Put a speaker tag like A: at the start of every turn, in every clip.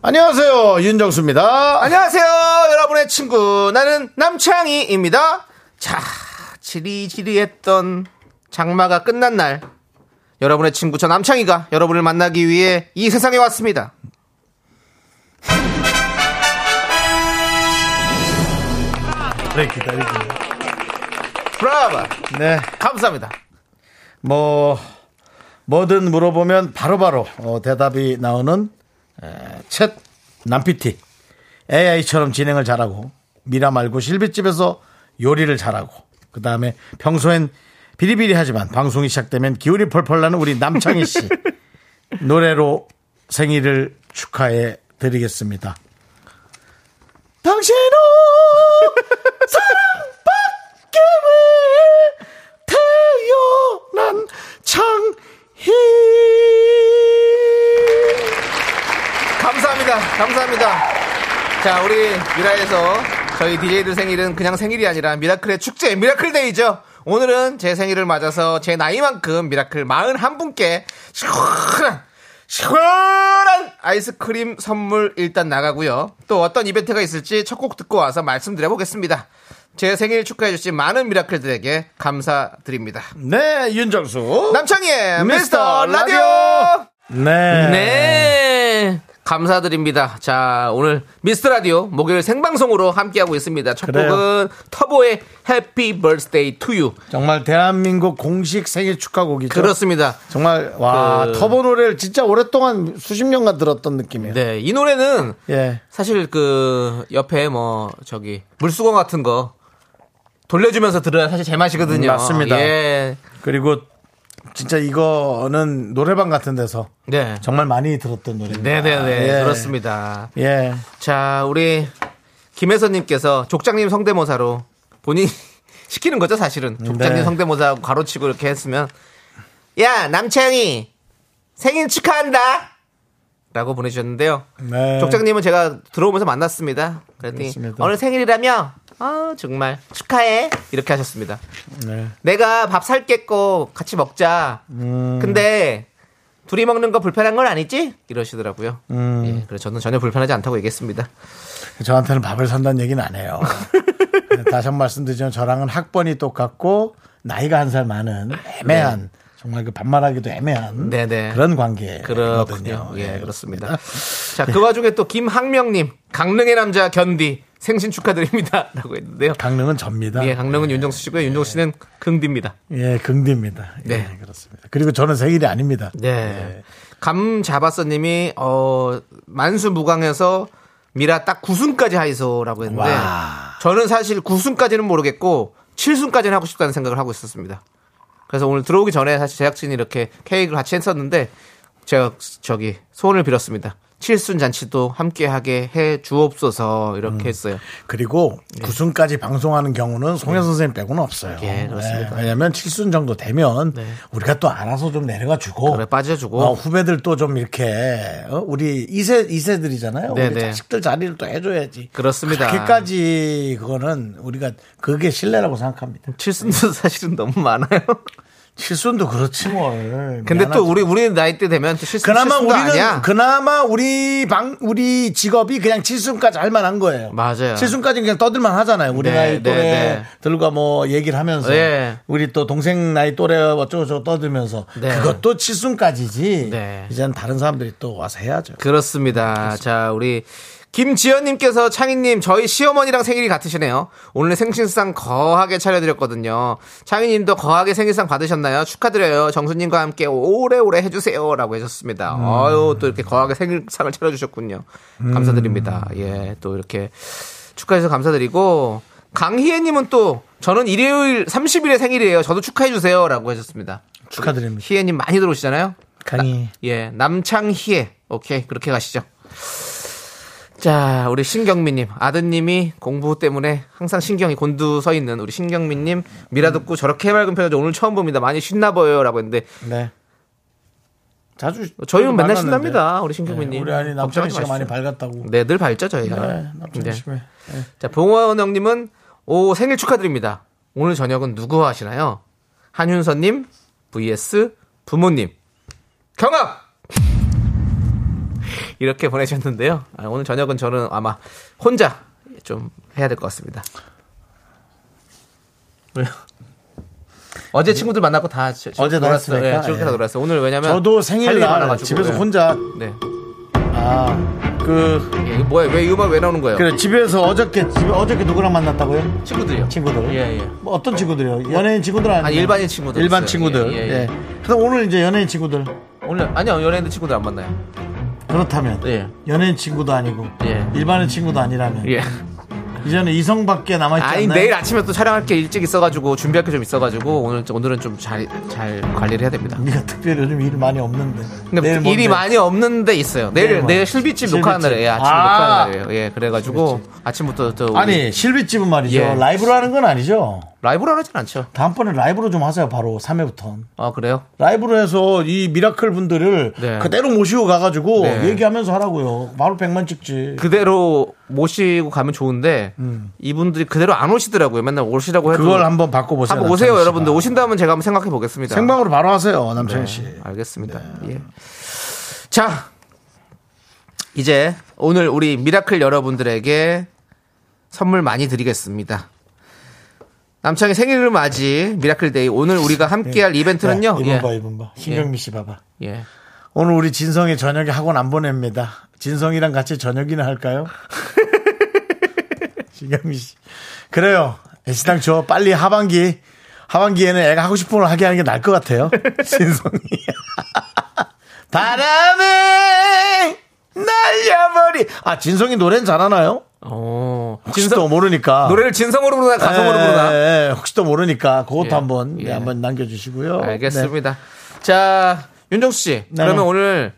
A: 안녕하세요 윤정수입니다.
B: 안녕하세요, 여러분의 친구. 나는 남창희입니다. 자, 지리지리했던 장마가 끝난 날. 여러분의 친구, 저 남창희가 여러분을 만나기 위해 이 세상에 왔습니다.
A: 네 기다리고.
B: 브라바.
A: 네.
B: 감사합니다.
A: 뭐 뭐든 물어보면 바로바로 어, 대답이 나오는 에, 챗 남피티 AI처럼 진행을 잘하고 미라 말고 실비집에서 요리를 잘하고 그 다음에 평소엔 비리비리하지만 방송이 시작되면 기운이 펄펄 나는 우리 남창희 씨 노래로 생일을 축하해 드리겠습니다. 당신은 사랑받기 위해 태어난 창희
B: 감사합니다. 감사합니다. 자, 우리 미라에서 저희 DJ들 생일은 그냥 생일이 아니라 미라클의 축제, 미라클데이죠. 오늘은 제 생일을 맞아서 제 나이만큼 미라클 41분께 시원한, 시원한 아이스크림 선물 일단 나가고요. 또 어떤 이벤트가 있을지 첫 곡 듣고 와서 말씀드려보겠습니다. 제 생일 축하해주신 많은 미라클들에게 감사드립니다.
A: 네 윤정수
B: 남창희의
A: 미스터
B: 미스터
A: 라디오.
B: 라디오!
A: 네.
B: 네. 감사드립니다. 자, 오늘 미스터 라디오 목요일 생방송으로 함께하고 있습니다. 첫
A: 그래요.
B: 곡은 터보의 해피 버스데이 투 유.
A: 정말 대한민국 공식 생일 축하곡이죠
B: 그렇습니다.
A: 정말 와
B: 그-
A: 터보 노래를 진짜 오랫동안 수십 년간 들었던 느낌이에요
B: 네, 이 노래는
A: 예.
B: 사실 그 옆에 뭐 저기 물수건 같은 거 돌려주면서 들어야 사실 제맛이거든요.
A: 음, 맞습니다.
B: 예.
A: 그리고 진짜 이거는 노래방 같은 데서
B: 네.
A: 정말 많이 들었던 노래입니다
B: 네네네.
A: 예.
B: 그렇습니다. 네.
A: 예.
B: 자, 우리 김혜선님께서 족장님 성대모사로 본인 이 시키는 거죠, 사실은. 족장님
A: 네.
B: 성대모사하고 가로치고 이렇게 했으면, 야, 남창희, 생일 축하한다! 라고 보내주셨는데요.
A: 네.
B: 족장님은 제가 들어오면서 만났습니다. 그랬더니,
A: 그렇습니다.
B: 오늘 생일이라며? 아, 정말. 축하해. 이렇게 하셨습니다.
A: 네.
B: 내가 밥 살겠고 같이 먹자. 근데 둘이 먹는 거 불편한 건 아니지? 이러시더라고요. 예, 그래서 저는 전혀 불편하지 않다고 얘기했습니다.
A: 저한테는 밥을 산다는 얘기는 안 해요. 다시 한 번 말씀드리지만 저랑은 학번이 똑같고 나이가 한 살 많은 애매한 정말 그 반말하기도 애매한
B: 네. 네네.
A: 그런 관계거든요. 네.
B: 그렇군요. 예, 그렇습니다. 자, 그 와중에 또 김학명님, 강릉의 남자 견디 생신 축하드립니다. 라고 했는데요.
A: 강릉은 접니다.
B: 예, 강릉은 윤정수 씨고요. 윤정수 씨는 긍디입니다.
A: 예, 긍디입니다. 예,
B: 네.
A: 그렇습니다. 그리고 저는 생일이 아닙니다. 예.
B: 네. 감 잡았어님이, 어, 만수무강에서 미라 딱 9순까지 하이소라고 했는데,
A: 와.
B: 저는 사실 9순까지는 모르겠고, 7순까지는 하고 싶다는 생각을 하고 있었습니다. 그래서 오늘 들어오기 전에 사실 제작진이 이렇게 케이크를 같이 했었는데, 제가 저기 소원을 빌었습니다. 7순 잔치도 함께하게 해 주옵소서, 이렇게
A: 음.
B: 했어요.
A: 그리고 구순까지 방송하는 경우는 송혜 선생님 빼고는 없어요.
B: 네. 예, 그렇습니다. 네.
A: 왜냐하면 칠순 정도 되면 우리가 또 알아서 좀 내려가 주고
B: 그래, 빠져주고.
A: 어, 후배들 또 좀 이렇게 어, 우리 이세이세들이잖아요 우리
B: 네네.
A: 자식들 자리를 또 해줘야지.
B: 그렇습니다.
A: 그렇게까지 그거는 우리가 그게 신뢰라고 생각합니다.
B: 7순도 사실은 너무 많아요.
A: 칠순도 그렇지 뭘.
B: 근데 또
A: 미안하지.
B: 우리, 우리 나이 때 되면 7순,
A: 그나마 우리는
B: 아니야.
A: 그나마 우리 방 우리 직업이 그냥 칠순까지 할 만한 거예요.
B: 맞아요.
A: 칠순까지 그냥 떠들만 하잖아요. 우리
B: 네,
A: 나이
B: 네,
A: 또래들과 뭐 얘기를 하면서
B: 네.
A: 우리 또 동생 나이 또래 어쩌고 저쩌고 떠들면서
B: 네.
A: 그것도 칠순까지지.
B: 네.
A: 이제는 다른 사람들이 또 와서 해야죠.
B: 그렇습니다. 자, 우리 김지연님께서 창희님 저희 시어머니랑 생일이 같으시네요. 오늘 생신상 거하게 차려드렸거든요. 창희님도 거하게 생일상 받으셨나요? 축하드려요. 정수님과 함께 오래오래 해주세요라고 해주셨습니다. 아유 또 이렇게 거하게 생일상을 차려주셨군요. 감사드립니다. 예, 또 이렇게 축하해서 감사드리고 강희애님은 또 저는 일요일 30일에 생일이에요. 저도 축하해주세요라고 해주셨습니다.
A: 축하드립니다.
B: 희애님 많이 들어오시잖아요.
A: 강의.
B: 나- 예, 남창희에. 오케이, 그렇게 가시죠. 자, 우리 신경민님 아드님이 공부 때문에 항상 신경이 곤두서 있는 우리 신경민님 미라 듣고 저렇게 맑은 편이죠. 오늘 처음 봅니다. 많이 신나 보여요라고 했는데
A: 네. 자주
B: 저희는 맨날
A: 만났는데.
B: 신납니다. 우리
A: 네,
B: 신경민님.
A: 우리 아니 남창희
B: 걱정하지
A: 씨가 많이
B: 마십시오.
A: 밝았다고.
B: 네, 늘 밝죠 저희가.
A: 네, 남창희
B: 네.
A: 씨가. 네.
B: 자, 봉원 형님은 오 생일 축하드립니다. 오늘 저녁은 누구 하시나요? 한윤서님 vs 부모님 경합 이렇게 보내셨는데요. 아, 오늘 저녁은 저는 아마 혼자 좀 해야 될 것 같습니다. 왜요? 어제 친구들 만나고 다 저- 저-
A: 어제
B: 놀았어요.
A: 놀았으니까,
B: 예, 즐겁게 다
A: 예.
B: 놀았어요. 오늘 왜냐면
A: 저도
B: 할 일이
A: 생일날
B: 많아가지고.
A: 집에서
B: 예.
A: 혼자
B: 네.
A: 아, 아그
B: 예, 이거 뭐야? 왜 이 음악 왜 나오는 거예요?
A: 그래 집에서 어저께 집에 어저께 누구랑 만났다고요?
B: 친구들이요.
A: 친구들.
B: 예, 예.
A: 뭐 어떤 친구들이요? 연예인 친구들 아니에요?
B: 아니, 일반인 친구들
A: 일반
B: 있어요.
A: 친구들.
B: 예,
A: 예.
B: 예, 예.
A: 그래서 오늘 이제 연예인 친구들
B: 오늘 아니요 연예인들 친구들 안 만나요.
A: 그렇다면
B: 예.
A: 연예인 친구도 아니고
B: 예.
A: 일반인 친구도 아니라면
B: 예.
A: 이제는 이성밖에 남아 있지
B: 아니
A: 않나요?
B: 내일 아침에 또 촬영할 게 일찍 있어가지고 준비할 게 좀 있어가지고 오늘 오늘은 좀 잘 잘 관리를 해야 됩니다.
A: 네가 특별히 요즘 일 많이 없는데.
B: 근데
A: 내일
B: 일이
A: 뭔데?
B: 많이 없는데 있어요. 내일
A: 내일
B: 내일,
A: 뭐야?
B: 실비집
A: 실비집.
B: 녹화하는 날이에요. 예, 아침
A: 아.
B: 녹화하는 날이에요. 예 그래가지고 아침부터 또 우리
A: 아니 실비집은 말이죠.
B: 예.
A: 라이브로 하는 건 아니죠.
B: 라이브로 하진 않죠.
A: 다음번에 라이브로 좀 하세요. 바로 3회부터.
B: 아 그래요?
A: 라이브로 해서 이 미라클 분들을
B: 네.
A: 그대로 모시고 가가지고
B: 네.
A: 얘기하면서 하라고요. 바로 100만 찍지.
B: 그대로 모시고 가면 좋은데 이분들이 그대로 안 오시더라고요. 맨날 오시라고
A: 음.
B: 해도
A: 그걸 한번 바꿔보세요.
B: 한번 오세요,
A: 남창희 씨가.
B: 여러분들. 오신다면 제가 한번 생각해 보겠습니다.
A: 생방으로 바로 하세요, 남창희 씨.
B: 네, 아, 알겠습니다.
A: 네,
B: 예. 자, 이제 오늘 우리 미라클 여러분들에게 선물 많이 드리겠습니다. 남창의 생일을 맞이 미라클 데이 오늘 우리가 함께할 이벤트는요.
A: 야, 이분
B: 예.
A: 네. 봐, 이분 봐. 신경미 씨 봐봐.
B: 예.
A: 오늘 우리 진성이 저녁에 학원 안 보냅니다. 진성이랑 같이 저녁이나 할까요? 신경미 씨. 그래요. 애시당 저 빨리 하반기, 하반기에는 애가 하고 싶은 걸 하게 하는 게 나을 것 같아요. 진성이. 바람에 날려버리. 아, 진성이 노래는 잘하나요?
B: 어.
A: 혹시
B: 진성
A: 또 모르니까.
B: 노래를 진성으로 부르나 가성으로 부르나.
A: 예, 예, 혹시 또 모르니까 그것도
B: 예,
A: 한번
B: 예.
A: 예, 한번 남겨주시고요.
B: 알겠습니다. 자, 윤정수 씨.
A: 네.
B: 그러면 오늘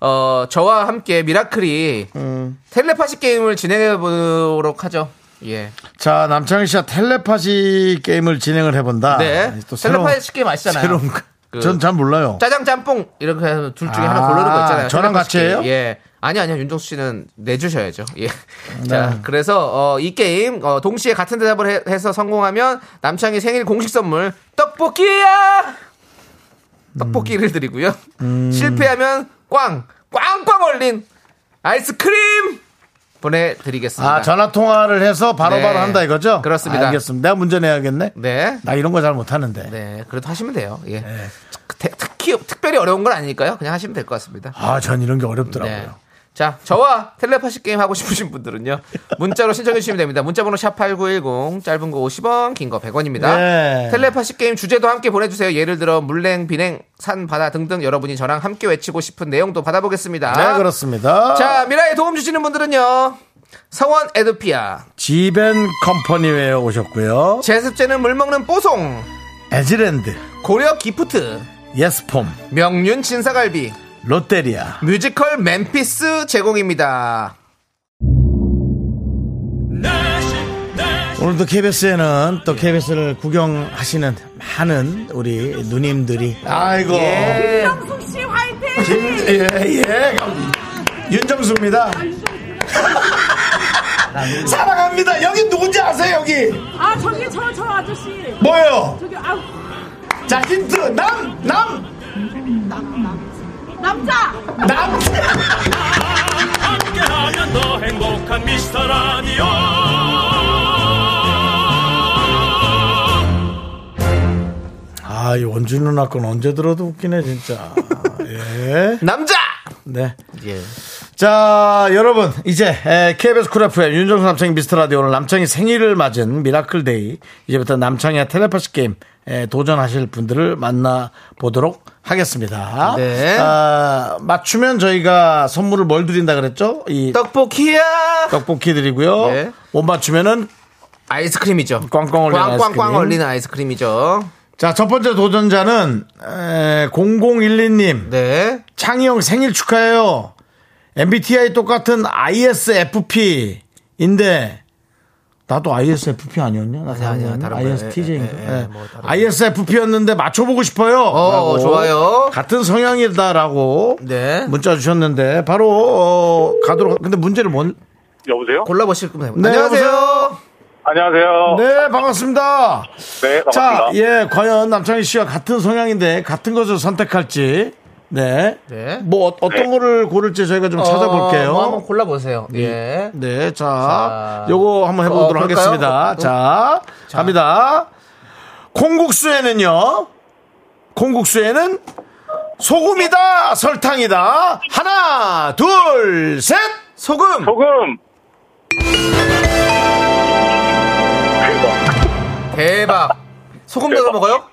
B: 어, 저와 함께 미라클이
A: 음.
B: 텔레파시 게임을 진행해 보도록 하죠. 예.
A: 네. 자 남창희 씨와 텔레파시 게임을 진행을 해본다.
B: 네.
A: 아니, 새로운-
B: 텔레파시 게임 아시잖아요.
A: 새로운
B: 그-
A: 전잘 몰라요.
B: 짜장 짬뽕 이렇게 해서 둘 중에
A: 아,
B: 하나 고르는 거 있잖아요.
A: 저랑
B: 텔레파시
A: 같이
B: 게임.
A: 해요?
B: 예. 아니 아니요. 윤종수 씨는 내주셔야죠. 예.
A: 네.
B: 자, 그래서 어, 이 게임 어, 동시에 같은 대답을 해, 서 성공하면 남창희 생일 공식 선물 떡볶이야.
A: 음.
B: 떡볶이를 드리고요. 실패하면 꽝 꽝꽝 얼린 아이스크림 보내드리겠습니다.
A: 아 전화 통화를 해서 바로바로
B: 네.
A: 한다 이거죠?
B: 그렇습니다.
A: 알겠습니다. 내가 문제 내야겠네.
B: 네.
A: 나 이런 거 잘 못하는데.
B: 네, 그래도 하시면 돼요. 예.
A: 네.
B: 특- 특히 특별히 어려운 건 아니니까요. 그냥 하시면 될 것 같습니다.
A: 아 전 이런 게
B: 네.
A: 어렵더라고요.
B: 자, 저와 텔레파시 게임 하고 싶으신 분들은요. 문자로 신청해 주시면 됩니다. 문자 번호 샵8910 짧은 거 50원, 긴 거 100원입니다.
A: 네.
B: 텔레파시 게임 주제도 함께 보내 주세요. 예를 들어 물냉, 비냉, 산, 바다 등등 여러분이 저랑 함께 외치고 싶은 내용도 받아 보겠습니다.
A: 네, 그렇습니다.
B: 자, 미라에 도움 주시는 분들은요. 성원 에드피아,
A: 지벤 컴퍼니웨어 오셨고요.
B: 제습제는 물 먹는 뽀송,
A: 에즈랜드,
B: 고려 기프트,
A: 예스폼,
B: 명륜 진사갈비,
A: 롯데리아.
B: 뮤지컬 맨피스 제공입니다.
A: 오늘도 KBS에는
B: 예.
A: 또 KBS를 구경하시는 많은 우리 누님들이 아이고
B: 예.
A: 예, 예. 윤정수입니다. 사랑합니다. 여기 누군지 아세요, 여기?
C: 아 저기 저 저 아저씨
A: 뭐예요?
C: 저기 아
A: 자, 힌트. 남, 남,
C: 남자
A: 남.
D: 함께하면 더 행복한 미스터 라디오
A: 아, 이 원준 누나 건 언제 들어도 웃기네, 진짜. 예.
B: 남자!
A: 네.
B: 예.
A: 자, 여러분, 이제 에, KBS 쿨 FM 윤정수 남창희 미스터 라디오 오늘 남창희 생일을 맞은 미라클 데이 이제부터 남창희와 텔레파시 게임 에, 도전하실 분들을 만나 보도록 하겠습니다.
B: 네.
A: 아, 맞추면 저희가 선물을 뭘 드린다 그랬죠? 이
B: 떡볶이야!
A: 떡. 볶이 드리고요.
B: 네.
A: 못 맞추면은
B: 아이스크림이죠.
A: 꽝꽝 얼린
B: 꽝꽝꽝
A: 아이스크림.
B: 얼리는 아이스크림이죠.
A: 자, 첫 번째 도전자는 에, 0012님
B: 네.
A: 창희 형 생일 축하해요. MBTI 똑같은 ISFP인데 나도 ISFP 아니었냐? 나
B: 아니야, 아니야.
A: 아니었나?
B: 다른 거야.
A: ISTJ인가?
B: 예, 예, 예, 뭐 다른 거.
A: ISFP였는데 맞춰보고 싶어요. 라고
B: 좋아요.
A: 같은 성향이다라고
B: 네.
A: 문자 주셨는데 바로 어, 가도록. 하- 근데 문제를 뭔?
E: 여보세요?
B: 골라보실 겁니다.
A: 네,
B: 안녕하세요.
A: 여보세요?
E: 안녕하세요.
A: 네 반갑습니다.
E: 네,
A: 자,
E: 반갑습니다.
A: 예, 과연 남창희 씨와 같은 성향인데 같은 것을 선택할지. 네.
B: 네.
A: 뭐 어, 떤
E: 네.
A: 거를 고를지 저희가 좀 찾아볼게요.
B: 어, 뭐 한번 골라보세요. 예.
A: 네, 자,
B: 자,
A: 요거 한번 해보도록
B: 어, 그럴까요?
A: 하겠습니다.
B: 어, 어.
A: 자, 갑니다. 콩국수에는요, 콩국수에는 소금이다, 설탕이다. 하나, 둘, 셋!
B: 소금.
E: 소금.
B: 대박. 소금 넣어 먹어요?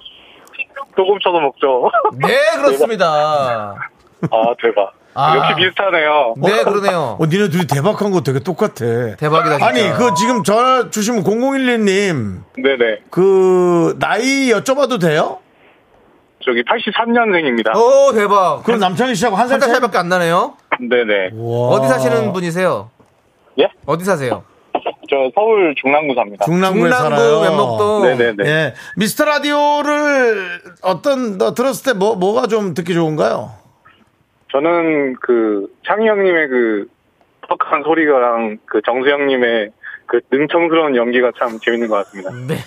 E: 소금 쳐서 먹죠.
B: 네, 그렇습니다.
E: 아, 대박.
B: 아.
E: 역시 비슷하네요.
B: 네, 그러네요.
A: 어, 니네 둘이 대박한 거 되게 똑같아.
B: 대박이다. 진짜.
A: 아니, 그 지금 전화 주시면 0011님,
E: 네네.
A: 그, 나이 여쭤봐도 돼요?
E: 저기 83년생입니다.
B: 오, 대박.
A: 그럼 남창희 씨하고 한 살
B: 한달
A: 차이?
B: 차이밖에 안 나네요.
E: 네네.
A: 우와.
B: 어디 사시는 분이세요?
E: 예?
B: 어디 사세요?
E: 저 서울 중랑구 삽니다.
A: 중랑구에 살아요.
B: 중랑구 어. 면목동.
E: 네네네.
A: 예. 미스터 라디오를 어떤 너 들었을 때 뭐 뭐가 좀 듣기 좋은가요?
E: 저는 그 창희 형님의 그 퍽한 소리가랑 그 정수 형님의 그 능청스러운 연기가 참 재밌는 것 같습니다.
A: 예.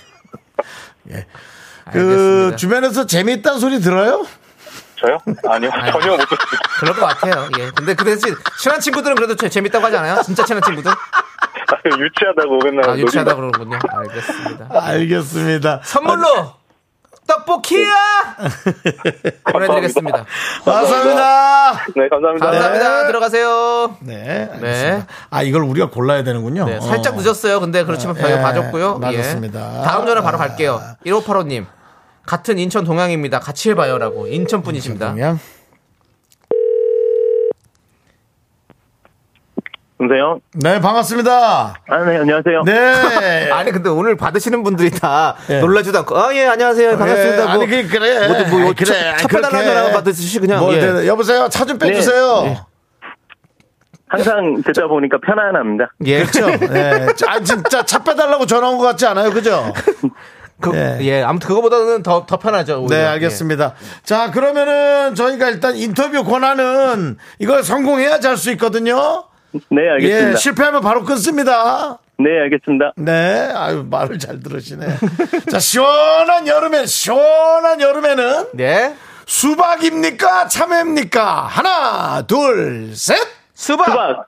A: 그
B: 네. 알겠습니다.
A: 주변에서 재미있다는 소리 들어요?
E: 저요? 아니요. 전혀 못 듣습니다.
B: 그럴 것 같아요. 예. 근데 그 대신 친한 친구들은 그래도 재- 재밌다고 하지 않아요? 진짜 친한 친구들?
E: 유치하다고 맨날.
B: 아, 유치하다
E: 놀린다.
B: 그러는군요. 알겠습니다.
A: 알겠습니다. 아,
B: 선물로
A: 네.
B: 떡볶이야 보내드리겠습니다.
A: 아,
B: 아,
A: 감사합니다.
E: 네, 감사합니다.
B: 감사합니다. 들어가세요.
A: 네. 알겠습니다. 아 이걸 우리가 골라야 되는군요.
B: 네, 살짝
A: 어.
B: 늦었어요. 근데 그렇지만 저희가
A: 예,
B: 봐줬고요.
A: 맞았습니다. 아.
B: 예. 다음 전화 바로 갈게요. 1585님. 같은 인천 동양입니다. 같이 해봐요라고 인천 분이십니다.
A: 그냥
E: 안녕하세요.
A: 네 반갑습니다.
E: 아, 네, 안녕하세요.
A: 네.
B: 아니 근데 오늘 받으시는 분들이 다
A: 예.
B: 놀라지도 않고 아예 안녕하세요 반갑습니다.
A: 예,
B: 뭐,
A: 아니 그 그래.
B: 뭐, 뭐,
A: 아니,
B: 차-
A: 그래.
B: 차 배달
A: 그렇게.
B: 한 잔하고 받으시지, 그냥.
A: 뭐,
B: 예. 네.
A: 네, 여보세요. 차 좀 빼주세요.
E: 항상 듣다 보니까 편안합니다.
B: 예.
A: 그렇죠. 예. 아 진짜 차 빼달라고 전화 온 것 같지 않아요, 그죠?
B: 그-
A: 예.
B: 예. 아무튼 그거보다는 더, 더 편하죠. 오히려.
A: 네,
B: 예.
A: 알겠습니다. 자, 그러면은 저희가 일단 인터뷰 권한은 이걸 성공해야지 할 수 있거든요.
E: 네,
A: 예, 실패하면 바로 끊습니다.
E: 네, 알겠습니다.
A: 네, 아유, 말을 잘 들으시네. 자, 시원한 여름에, 시원한 여름에는
B: 네.
A: 수박입니까? 참외입니까? 하나, 둘, 셋!
B: 수박.
E: 수박.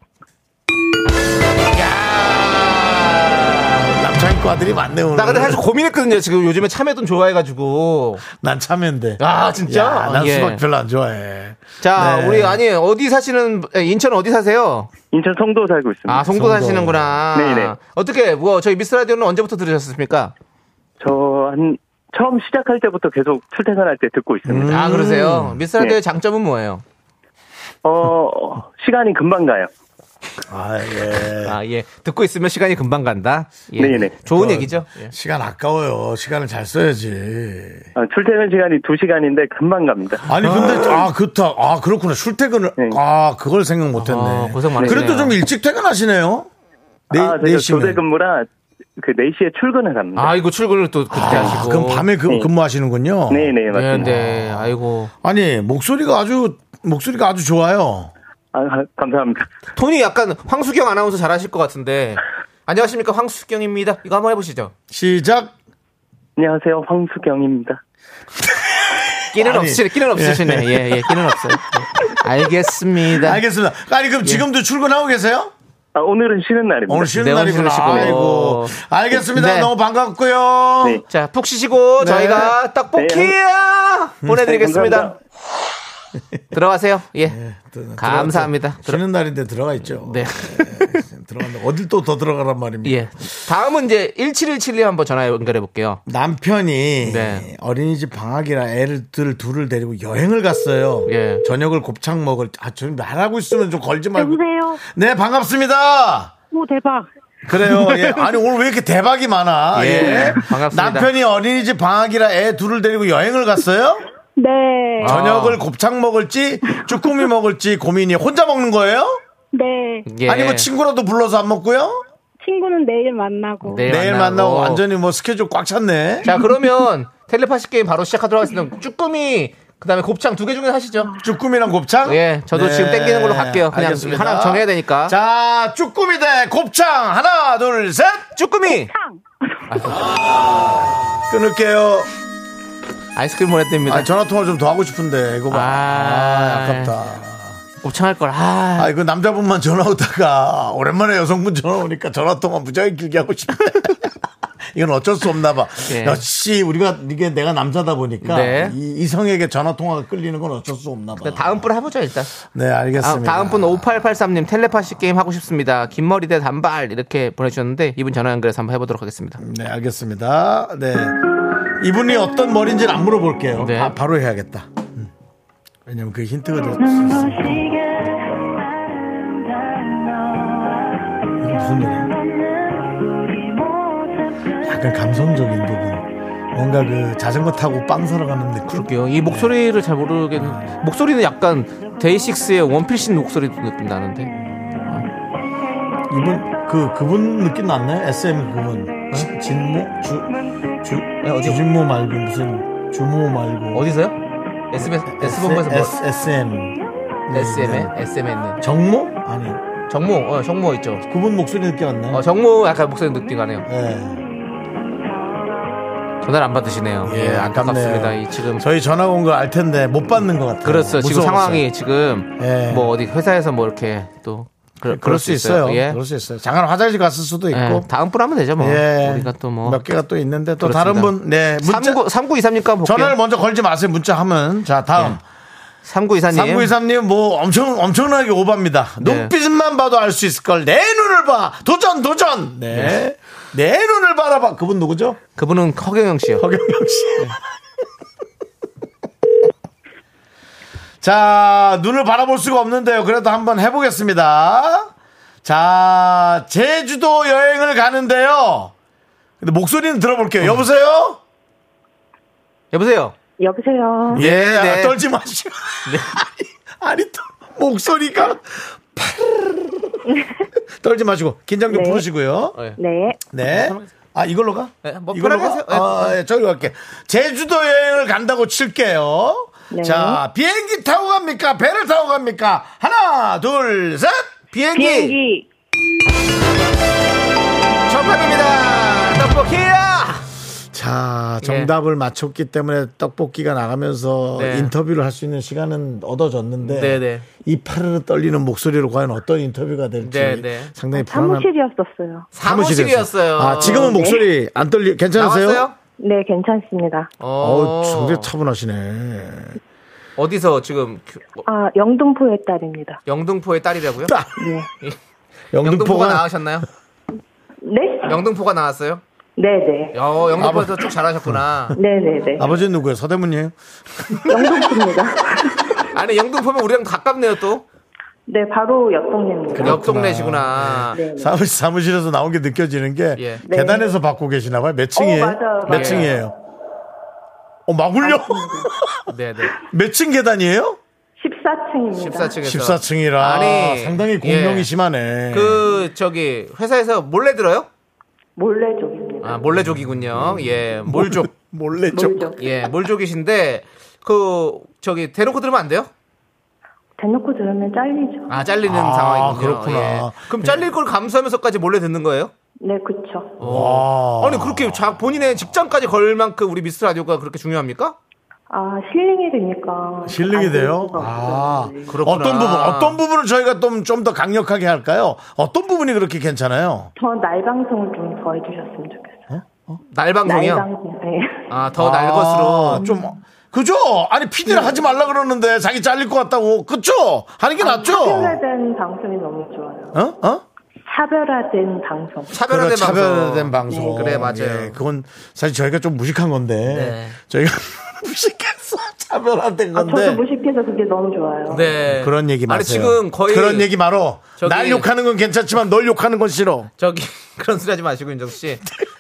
A: 남창과 아들이 많네, 오늘.
B: 나 근데 사실 고민했거든요. 지금 요즘에 참외도 좋아해가지고.
A: 난 참외인데.
B: 아, 진짜?
A: 야, 난
B: 예.
A: 수박 별로 안 좋아해.
B: 자,
A: 네.
B: 우리 아니 어디 사시는 에, 인천 어디 사세요?
E: 인천 성도 살고 있습니다.
B: 아, 송도,
A: 송도.
B: 사시는구나.
E: 네네.
B: 어떻게 뭐 저희 미스 라디오는 언제부터 들으셨습니까?
E: 저 한 처음 시작할 때부터 계속 출퇴근할 때 듣고
A: 음.
E: 있습니다.
B: 아, 그러세요. 미스 라디오의
E: 네.
B: 장점은 뭐예요?
E: 어 시간이 금방 가요.
A: 아, 예.
B: 아, 예. 듣고 있으면 시간이 금방 간다. 예.
E: 네네.
B: 좋은 얘기죠. 예.
A: 시간 아까워요. 시간을 잘 써야지.
E: 어, 출퇴근 시간이 2 시간인데 금방 갑니다.
A: 아니 근데 아 그렇다. 아 그렇구나. 출퇴근을
E: 네.
A: 아 그걸 생각 못했네.
B: 아, 고생 많으시네요.
A: 그래도 좀 일찍 퇴근하시네요. 네,
E: 아 제가 교대 근무라 그 4시에 출근을 합니다.
B: 아, 이거 출근을 또 그때
A: 아,
B: 하시고.
A: 그럼 밤에 그-
E: 네.
A: 근무하시는군요.
E: 네네
B: 어, 네,
E: 맞습니다.
B: 네. 아이고.
A: 아니 목소리가 아주 목소리가 아주 좋아요.
E: 아, 아, 감사합니다.
B: 톤이 약간 황수경 아나운서 잘하실 것 같은데. 안녕하십니까 황수경입니다. 이거 한번 해보시죠.
A: 시작.
E: 안녕하세요 황수경입니다.
B: 끼는
A: 아니,
B: 없으시, 끼는 없으시네. 예, 예, 끼는 없어요. 예. 알겠습니다.
A: 알겠습니다. 아니
B: 예.
A: 그럼 지금도 출근하고 계세요?
E: 아, 오늘은 쉬는 날입니다.
A: 오늘 쉬는
B: 네, 오늘
A: 날이구나.
B: 쉬는 날이고.
A: 아이고. 알겠습니다.
B: 네.
A: 너무 반갑고요.
E: 네.
B: 자, 푹 쉬시고
A: 네.
B: 저희가 떡볶이
E: 네,
B: 보내드리겠습니다.
E: 네, 감사합니다.
B: 들어가세요. 예.
A: 들어-
B: 감사합니다.
A: 들어- 쉬는 날인데 들어가 있죠.
B: 네.
A: 들어간다. 어딜 또 더 들어가란 말입니까?
B: 예. 다음은 이제 1717님 한번 전화 연결해 볼게요.
A: 남편이
B: 네.
A: 어린이집 방학이라 애들 둘을 데리고 여행을 갔어요.
B: 예.
A: 저녁을 곱창 먹을 아, 좀 말하고 있으면 좀 걸지 말고.
C: 여보세요?
A: 네, 반갑습니다.
C: 오, 대박.
A: 그래요. 예. 아니, 오늘 왜 이렇게 대박이 많아?
B: 예, 반갑습니다.
A: 남편이 어린이집 방학이라 애 둘을 데리고 여행을 갔어요?
C: 네.
B: 아.
A: 저녁을 곱창 먹을지 쭈꾸미 먹을지 고민이 혼자 먹는 거예요?
F: 네.
B: 예.
A: 아니 뭐 친구라도 불러서 안 먹고요?
F: 친구는 내일 만나고.
B: 내일,
A: 내일 만나고 완전히 뭐 스케줄 꽉 찼네.
B: 예, 자 그러면 텔레파시 게임 바로 시작하도록 하겠습니다. 쭈꾸미 그다음에 곱창 두 개 중에 하시죠.
A: 아. 쭈꾸미랑 곱창? 네.
B: 예, 저도 지금 땡기는 걸로 갈게요. 그냥
A: 알겠습니다.
B: 하나 정해야 되니까.
A: 자, 쭈꾸미 대 곱창. 하나, 둘, 셋.
B: 쭈꾸미
F: 탕.
A: 아. 끊을게요.
B: 아이스크림 보내드립니다.
A: 아, 전화통화 좀 더 하고 싶은데, 이거 봐. 아,
B: 아,
A: 아깝다.
B: 곱창 할 걸. 아,
A: 아, 이거 남자분만 전화 오다가, 오랜만에 여성분 전화 오니까 전화통화 무지하게 길게 하고 싶네. 이건 어쩔 수 없나 봐.
B: 예.
A: 역시 우리가 이게 내가 남자다 보니까
B: 네.
A: 이 이성에게 전화통화가 끌리는 건 어쩔 수 없나 봐.
B: 다음 분 해보죠 일단.
A: 네, 알겠습니다.
B: 아, 다음 분 5883님 텔레파시 게임 하고 싶습니다. 긴머리 대 단발 이렇게 보내주셨는데 이분 전화 연결해서 한번 해보도록 하겠습니다.
A: 네, 알겠습니다. 네. 이분이 어떤 머리인지는 안 물어볼게요.
B: 네.
A: 아, 바로 해야겠다. 음. 왜냐면 그 힌트가 될 수 있어. 무슨 노래? 약간 감성적인 부분. 뭔가 그 자전거 타고 빵 사러 가는 느낌.
B: 그럴게요. 이 목소리를 잘 모르겠는 목소리는 약간 데이식스의 원필신 목소리 느낌 나는데.
A: 이분, 그, 그분 느낌 났나요? SM 그분. 지- 진모? 주, 주,
B: 네, 어디-
A: 주진모 말고 무슨 주모 말고.
B: 어디서요? SBS S본부에서 뭐
A: S- SM. 네,
B: SM에
A: 네.
B: SM에 있는
A: 정모? 아니.
B: 정모 어 정모 있죠.
A: 그분 목소리 느낌 안 나요?
B: 어 정모 약간 목소리 느낌 가네요.
A: 네.
B: 전화를 안 받으시네요.
A: 예,
B: 예, 안타깝습니다.
A: 아깝네요.
B: 이 지금
A: 저희 전화 온 거 알 텐데 못 받는 것 같아요.
B: 그렇죠. 지금
A: 무서워서.
B: 상황이 지금
A: 예.
B: 뭐 어디 회사에서 뭐 이렇게 또 그럴,
A: 그럴, 수 있어요.
B: 예.
A: 그럴 수 있어요. 잠깐 화장실 갔을 수도
B: 예,
A: 있고.
B: 다음 분 하면 되죠 뭐.
A: 예.
B: 우리가 또뭐
A: 몇 개가 또 있는데 또
B: 그렇습니다. 예.
A: 다른 분. 네. 문자
B: 39, 3923님과 한번
A: 전화를
B: 볼게요.
A: 먼저 걸지 마세요. 문자 하면. 자, 다음.
B: 예. 3924님.
A: 3923님 뭐 엄청 엄청나게 오바입니다.
B: 예. 네.
A: 눈빛만 봐도 알 수 있을 걸. 내 눈을 봐. 도전 도전. 네. 내 눈을 바라봐. 그분 누구죠?
B: 그분은 허경영 씨요.
A: 허경영 씨. 자, 눈을 바라볼 수가 없는데요. 그래도 한번 해보겠습니다. 자, 제주도 여행을 가는데요. 근데 목소리는 들어볼게요. 여보세요?
B: 여보세요.
F: 여보세요.
A: 예, 아,
B: 네.
A: 떨지 마시고. 아니, 또 목소리가 파르르. 떨지 마시고, 긴장 좀
F: 네.
A: 풀으시고요.
F: 네.
A: 네. 아, 이걸로 가?
B: 네, 뭐
A: 이걸로
B: 편하게
A: 가?
B: 하세요.
A: 아, 예, 저기로 갈게. 제주도 여행을 간다고 칠게요.
F: 네.
A: 자, 비행기 타고 갑니까? 배를 타고 갑니까? 하나, 둘, 셋! 비행기!
F: 비행기.
B: 정답입니다. 떡볶이야.
A: 자, 정답을 맞췄기 때문에 떡볶이가 나가면서
B: 네.
A: 인터뷰를 할 수 있는 시간은 얻어졌는데
B: 네, 네.
A: 이 파르르 떨리는 목소리로 과연 어떤 인터뷰가 될지
B: 네, 네.
A: 상당히 불안한
F: 사무실이었었어요.
B: 사무실이었어요. 네.
A: 아, 지금은 목소리 안 떨리 괜찮으세요?
B: 나왔어요?
F: 네, 괜찮습니다.
A: 어우,
B: 어,
A: 정말 차분하시네.
B: 어디서 지금 교- 어,
F: 아, 영등포의 딸입니다.
B: 영등포의 딸이라고요?
A: 딸.
B: 네. 영등포가
A: 아, 영등포가
B: 나가셨나요?
F: 네?
B: 영등포가 나왔어요?
F: 네, 네.
B: 어,
A: 아, 뭐.
B: 영등포에서 쭉 잘하셨구나.
F: 네, 네, 네.
A: 아버지는 누구예요? 서대문이에요?
F: 영등포입니다.
B: 아니, 영등포면 우리랑 가깝네요, 또.
F: 네, 바로 옆 동네입니다.
B: 옆 동네시구나.
F: 네, 네.
A: 사무실, 사무실에서 나온 게 느껴지는 게
B: 예.
F: 네. 어,
A: 계단에서 받고 계시나 봐요. 몇 층이에요?
F: 맞아요,
A: 몇
F: 맞아요.
A: 층이에요? 어, 막 울려?
B: 네, 네.
A: 몇 층 계단이에요?
F: 14층입니다.
B: 14층에서.
A: 14층이라
B: 아니,
A: 상당히 공명이
B: 예.
A: 심하네.
B: 그, 저기, 회사에서 몰래 들어요?
F: 몰래 쪽입니다.
B: 아, 몰래족이군요. 예, 몰족.
A: 몰래 좀.
F: 몰래 쪽.
B: 예, 몰족이신데, 그, 저기, 대놓고 들으면 안 돼요?
F: 대놓고 들으면 잘리죠.
B: 아, 잘리는
A: 아,
B: 상황이군요.
A: 그렇구나. 네.
B: 예. 그럼 잘릴 걸 감수하면서까지 몰래 듣는 거예요?
F: 네, 그쵸.
A: 어. 와.
B: 아니, 그렇게 자, 본인의 직장까지 걸 만큼 우리 미스 라디오가 그렇게 중요합니까?
F: 아, 실링이 되니까.
A: 실링이
F: 안 들을
A: 돼요?
F: 수가
A: 아,
F: 없어요. 네.
B: 그렇구나.
A: 어떤 부분, 어떤 부분을 저희가 좀 좀 더 강력하게 할까요? 어떤 부분이 그렇게 괜찮아요?
F: 더 날 방송을 좀 더 해주셨으면 좋겠어요. 날
B: 날방송이요?
F: 방송. 네.
B: 아, 네. 더 날 것으로.
A: 아, 좀 그죠? 아니 PD를 하지 말라 그러는데 자기 잘릴 것 같다고 그죠? 하는 게 낫죠?
F: 아, 차별화된 방송이 너무 좋아요.
A: 어? 어?
F: 차별화된 방송. 아,
B: 차별화된
A: 그런 그렇죠. 차별화된 방송.
B: 그래, 맞아요. 네.
A: 예, 그건 사실 저희가 좀 무식한 건데 저희가 무식해서 차별화된
F: 아,
A: 건데
F: 저도 무식해서 그게 너무 좋아요.
B: 네.
A: 그런 얘기
B: 아니,
A: 마세요.
B: 지금 거의.
A: 그런 얘기 말어.
B: 저기-
A: 날 욕하는 건 괜찮지만 널 욕하는 건 싫어.
B: 저기 그런 소리 하지 마시고 윤정 씨.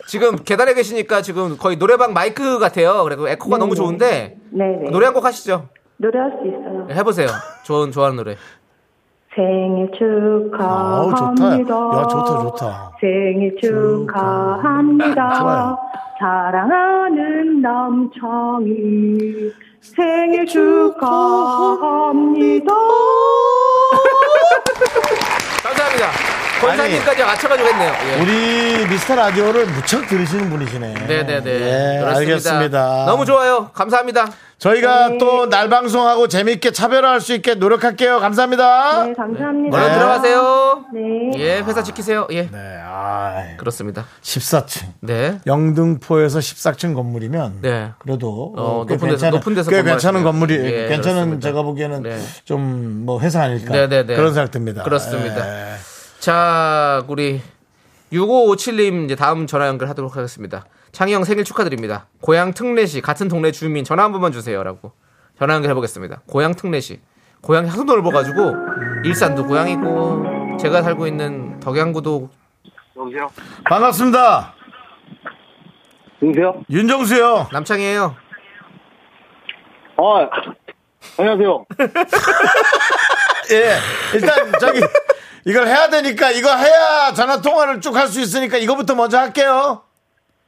B: 지금 계단에 계시니까 지금 거의 노래방 마이크 같아요. 그리고 에코가 너무 좋은데
F: 네네.
B: 노래 한 곡 하시죠. 예,
F: 노래할 수 있어요.
B: 해보세요. 좋은 좋아하는 노래.
F: 생일
A: 아우,
F: 축하합니다.
A: 좋다. 야, 좋다, 좋다.
F: 생일
A: 좋아요.
F: 축하합니다. 사랑하는 남창희 생일 축하합니다.
B: 감사합니다. 권사님까지 맞춰가지고 했네요. 예.
A: 우리 미스터 라디오를 무척 들으시는 분이시네.
B: 네네네.
A: 예, 알겠습니다.
B: 너무 좋아요. 감사합니다.
A: 저희가 또 날 방송하고 재미있게 차별화할 수 있게 노력할게요. 감사합니다.
F: 네, 감사합니다.
B: 얼른 들어가세요.
F: 네.
B: 예, 회사 지키세요. 예.
A: 네, 아,
B: 그렇습니다.
A: 14층.
B: 네.
A: 영등포에서 14층 건물이면
B: 네.
A: 그래도
B: 어,
A: 어, 꽤
B: 높은 데서-
A: 괜찮은,
B: 높은 데서
A: 꽤
B: 건물
A: 괜찮은
B: 같아요.
A: 건물이
B: 예,
A: 괜찮은
B: 그렇습니다.
A: 제가 보기에는
B: 네.
A: 좀 뭐 회사 아닐까
B: 네, 네, 네.
A: 그런 생각 듭니다.
B: 그렇습니다.
A: 예.
B: 자, 우리 6557님 이제 다음 전화 연결하도록 하겠습니다. 창희형 생일 축하드립니다. 고향 특례시 같은 동네 주민 전화 한 번만 주세요라고 전화 연결해 보겠습니다. 고향 특례시 고향 하수도를 봐가지고 일산도 고향이고 제가 살고 있는 덕양구도
E: 여보세요?
A: 반갑습니다.
E: 여보세요?
A: 윤정수요.
B: 남창이에요.
E: 아, 안녕하세요. 네.
A: 예. 일단 저기 이걸 해야 되니까 이거 해야 전화 통화를 쭉 할 수 있으니까 이거부터 먼저 할게요.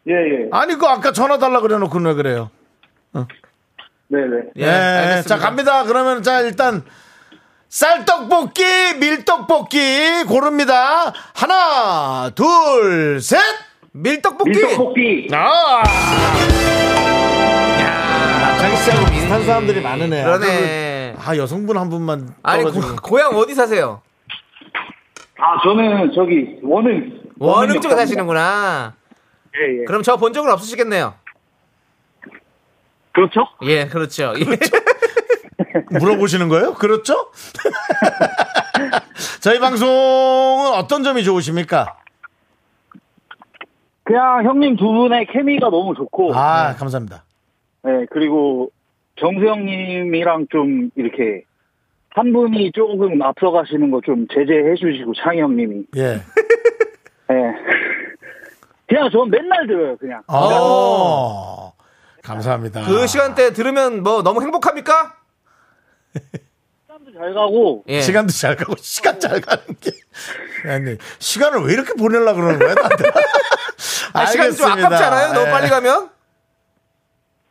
E: 예, 예.
A: 아니 그 아까 전화 달라 그래 놓고는 왜 그래요?
E: 네네.
B: 예,
A: 예.
B: 알겠습니다.
A: 자 갑니다. 그러면 자 일단 쌀떡볶이, 밀떡볶이 고릅니다. 하나, 둘, 셋.
B: 밀떡볶이.
A: 예.
E: 밀떡볶이.
A: 아!
B: 남창희 씨하고
A: 비슷한 사람들이 많으네.
B: 그러네.
A: 아 여성분 한 분만
B: 아니 그-
A: 떨어지고.
B: 고, 고향 어디 사세요?
E: 아, 저는 저기 원흥.
B: 원흥 쪽에
E: 역사입니다.
B: 사시는구나.
E: 예, 예.
B: 그럼 저 본 적은 없으시겠네요.
E: 그렇죠?
B: 예, 그렇죠. 예.
A: 물어보시는 거예요? 그렇죠? 저희 방송은 어떤 점이 좋으십니까?
E: 그냥 형님 두 분의 케미가 너무 좋고,
A: 아 감사합니다.
E: 네, 그리고 정수 형님이랑 좀 이렇게 한 분이 조금 앞서가시는 거 좀 제재해 주시고, 창희 형님이.
A: 예.
E: 네. 그냥 전 맨날 들어요, 그냥.
A: 어. 감사합니다.
B: 그 시간대 들으면 뭐 너무 행복합니까?
E: 시간도 잘 가고,
B: 예.
A: 시간도 잘 가고 시간 잘 가는 게 아니 시간을 왜 이렇게 보내려 그러는 거야 나한테?
B: 아, 시간 좀
A: 알겠습니다.
B: 아깝지 않아요? 너무
A: 예.
B: 빨리 가면?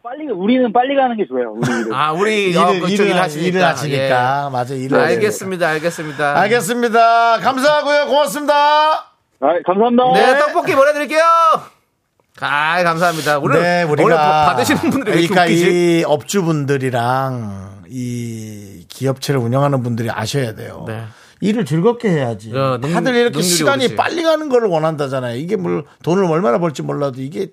E: 빨리, 우리는 빨리 가는 게 좋아요, 우리.
B: 아, 우리 어,
A: 일을
B: 그쪽
A: 일을
B: 일
A: 하- 일을 하시니까 맞아
B: 예.
A: 일을 하시니까.
B: 알겠습니다, 알겠습니다.
A: 알겠습니다. 감사하고요. 고맙습니다.
E: 아, 감사합니다.
B: 네, 떡볶이 보내드릴게요. 아, 감사합니다. 오늘
A: 네, 우리가
B: 오늘 바- 받으시는 분들이 왜 이렇게
A: 그러니까
B: 웃기지?
A: 이 업주분들이랑 이 기업체를 운영하는 분들이 아셔야 돼요.
B: 네.
A: 일을 즐겁게 해야지.
B: 야, 능률-
A: 다들 이렇게
B: 능률이
A: 시간이
B: 오르지.
A: 빨리 가는 걸 원한다잖아요. 이게 뭘 돈을 얼마나 벌지 몰라도 이게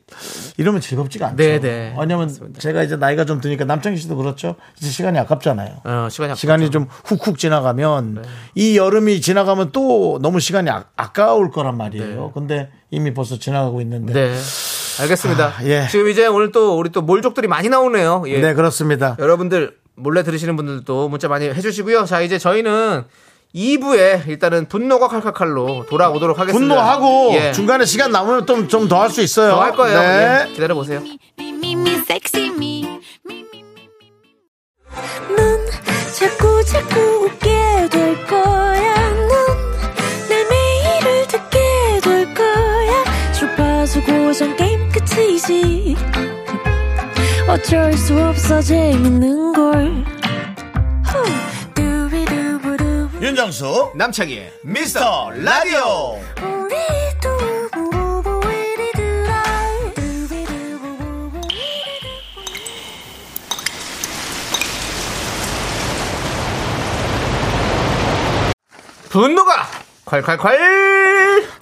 A: 이러면 즐겁지가 않죠.
B: 네, 네.
A: 왜냐면 제가 이제 나이가 좀 드니까 남창희 씨도 그렇죠. 이제 시간이 아깝잖아요.
B: 어, 시간이 아깝죠. 네.
A: 시간이 좀 훅훅 지나가면 이 여름이 지나가면 또 너무 시간이 아, 까울 거란 말이에요. 근데 이미 벌써 지나가고 있는데.
B: 네. 알겠습니다.
A: 아, 예.
B: 지금 이제 오늘 또 우리 또 몰족들이 많이 나오네요. 예.
A: 네, 그렇습니다.
B: 여러분들 몰래 들으시는 분들도 문자 많이 해주시고요. 자 이제 저희는 2부에 일단은 분노가 칼칼칼로 돌아오도록 하겠습니다.
A: 분노하고
B: 예.
A: 중간에 시간 남으면 좀 좀 더 할 수 있어요.
B: 더할 거예요.
A: 네.
B: 예. 기다려 보세요.
G: Me, me, me, sexy me. Me, me, me, me, me. 넌 자꾸 자꾸 웃게 될 거야. 넌내 매일을 듣게 될 거야. 주파수 고정 게임 끝이지. 어쩔 수 없어 재밌는 걸. 후. 두비두부두.
A: 윤정수
B: 남창희
A: 미스터 라디오
G: 우리 두부부부 우리 두라. 두비두부부부 우리 두라.
B: 분노가 콸콸콸.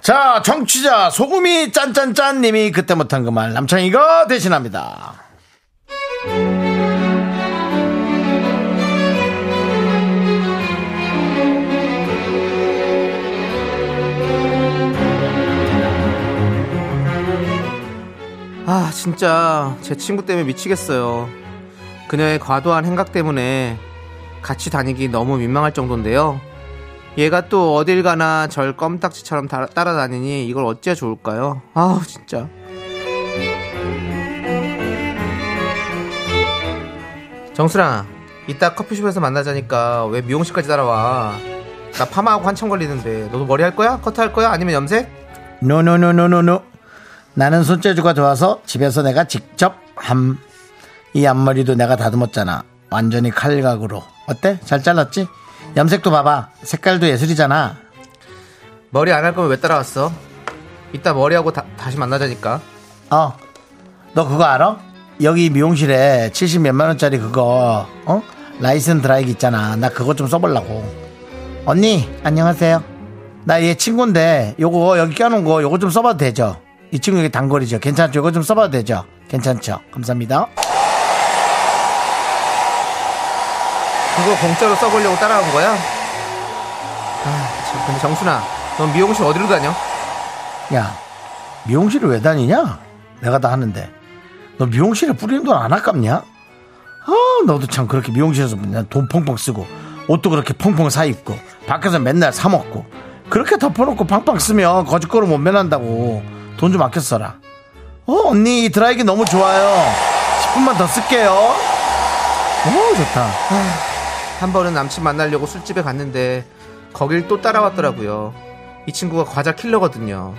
A: 자 정취자 소금이 짠짠짠 님이 그때 못한 그 말 남창이가 대신합니다
B: 아 진짜 제 친구 때문에 미치겠어요. 그녀의 과도한 행각 때문에 같이 다니기 너무 민망할 정도인데요. 얘가 또 어딜 가나 절 껌딱지처럼 따라- 따라다니니 이걸 어찌해 좋을까요? 아우 진짜. 정수랑 이따 커피숍에서 만나자니까 왜 미용실까지 따라와? 나 파마하고 한참 걸리는데 너도 머리 할 거야? 커트 할 거야? 아니면 염색?
A: 노노노노노노 나는 손재주가 좋아서 집에서 내가 직접 함 이 앞머리도 내가 다듬었잖아 완전히 칼각으로 어때? 잘 잘랐지? 염색도 봐봐 색깔도 예술이잖아
B: 머리 안 할 거면 왜 따라왔어? 이따 머리하고 다, 다시 만나자니까
A: 어 너 그거 알아? 여기 미용실에 70 몇만 원짜리 그거 어? 라이슨 드라이기 있잖아 나 그거 좀 써보려고 언니 안녕하세요 나 얘 친구인데 요거 여기 껴놓은 거 요거 좀 써봐도 되죠? 이 친구 여기 단거리죠 괜찮죠? 요거 좀 써봐도 되죠? 괜찮죠? 감사합니다
B: 그거 공짜로 써보려고 따라온 거야? 아, 참, 근데 정순아 넌 미용실 어디로 다녀?
A: 야, 미용실을 왜 다니냐? 내가 다 하는데. 너 미용실에 뿌리는 돈 안 아깝냐? 아, 너도 참 그렇게 미용실에서 맨날 돈 펑펑 쓰고, 옷도 그렇게 펑펑 사 입고, 밖에서 맨날 사 먹고, 그렇게 덮어놓고 팡팡 쓰면 거짓거로 못 면한다고. 돈 좀 아껴 써라. 어, 언니, 이 드라이기 너무 좋아요. 10분만 더 쓸게요. 오, 좋다. 아.
B: 한 번은 남친 만나려고 술집에 갔는데 거길 또 따라왔더라고요. 이 친구가 과자 킬러거든요.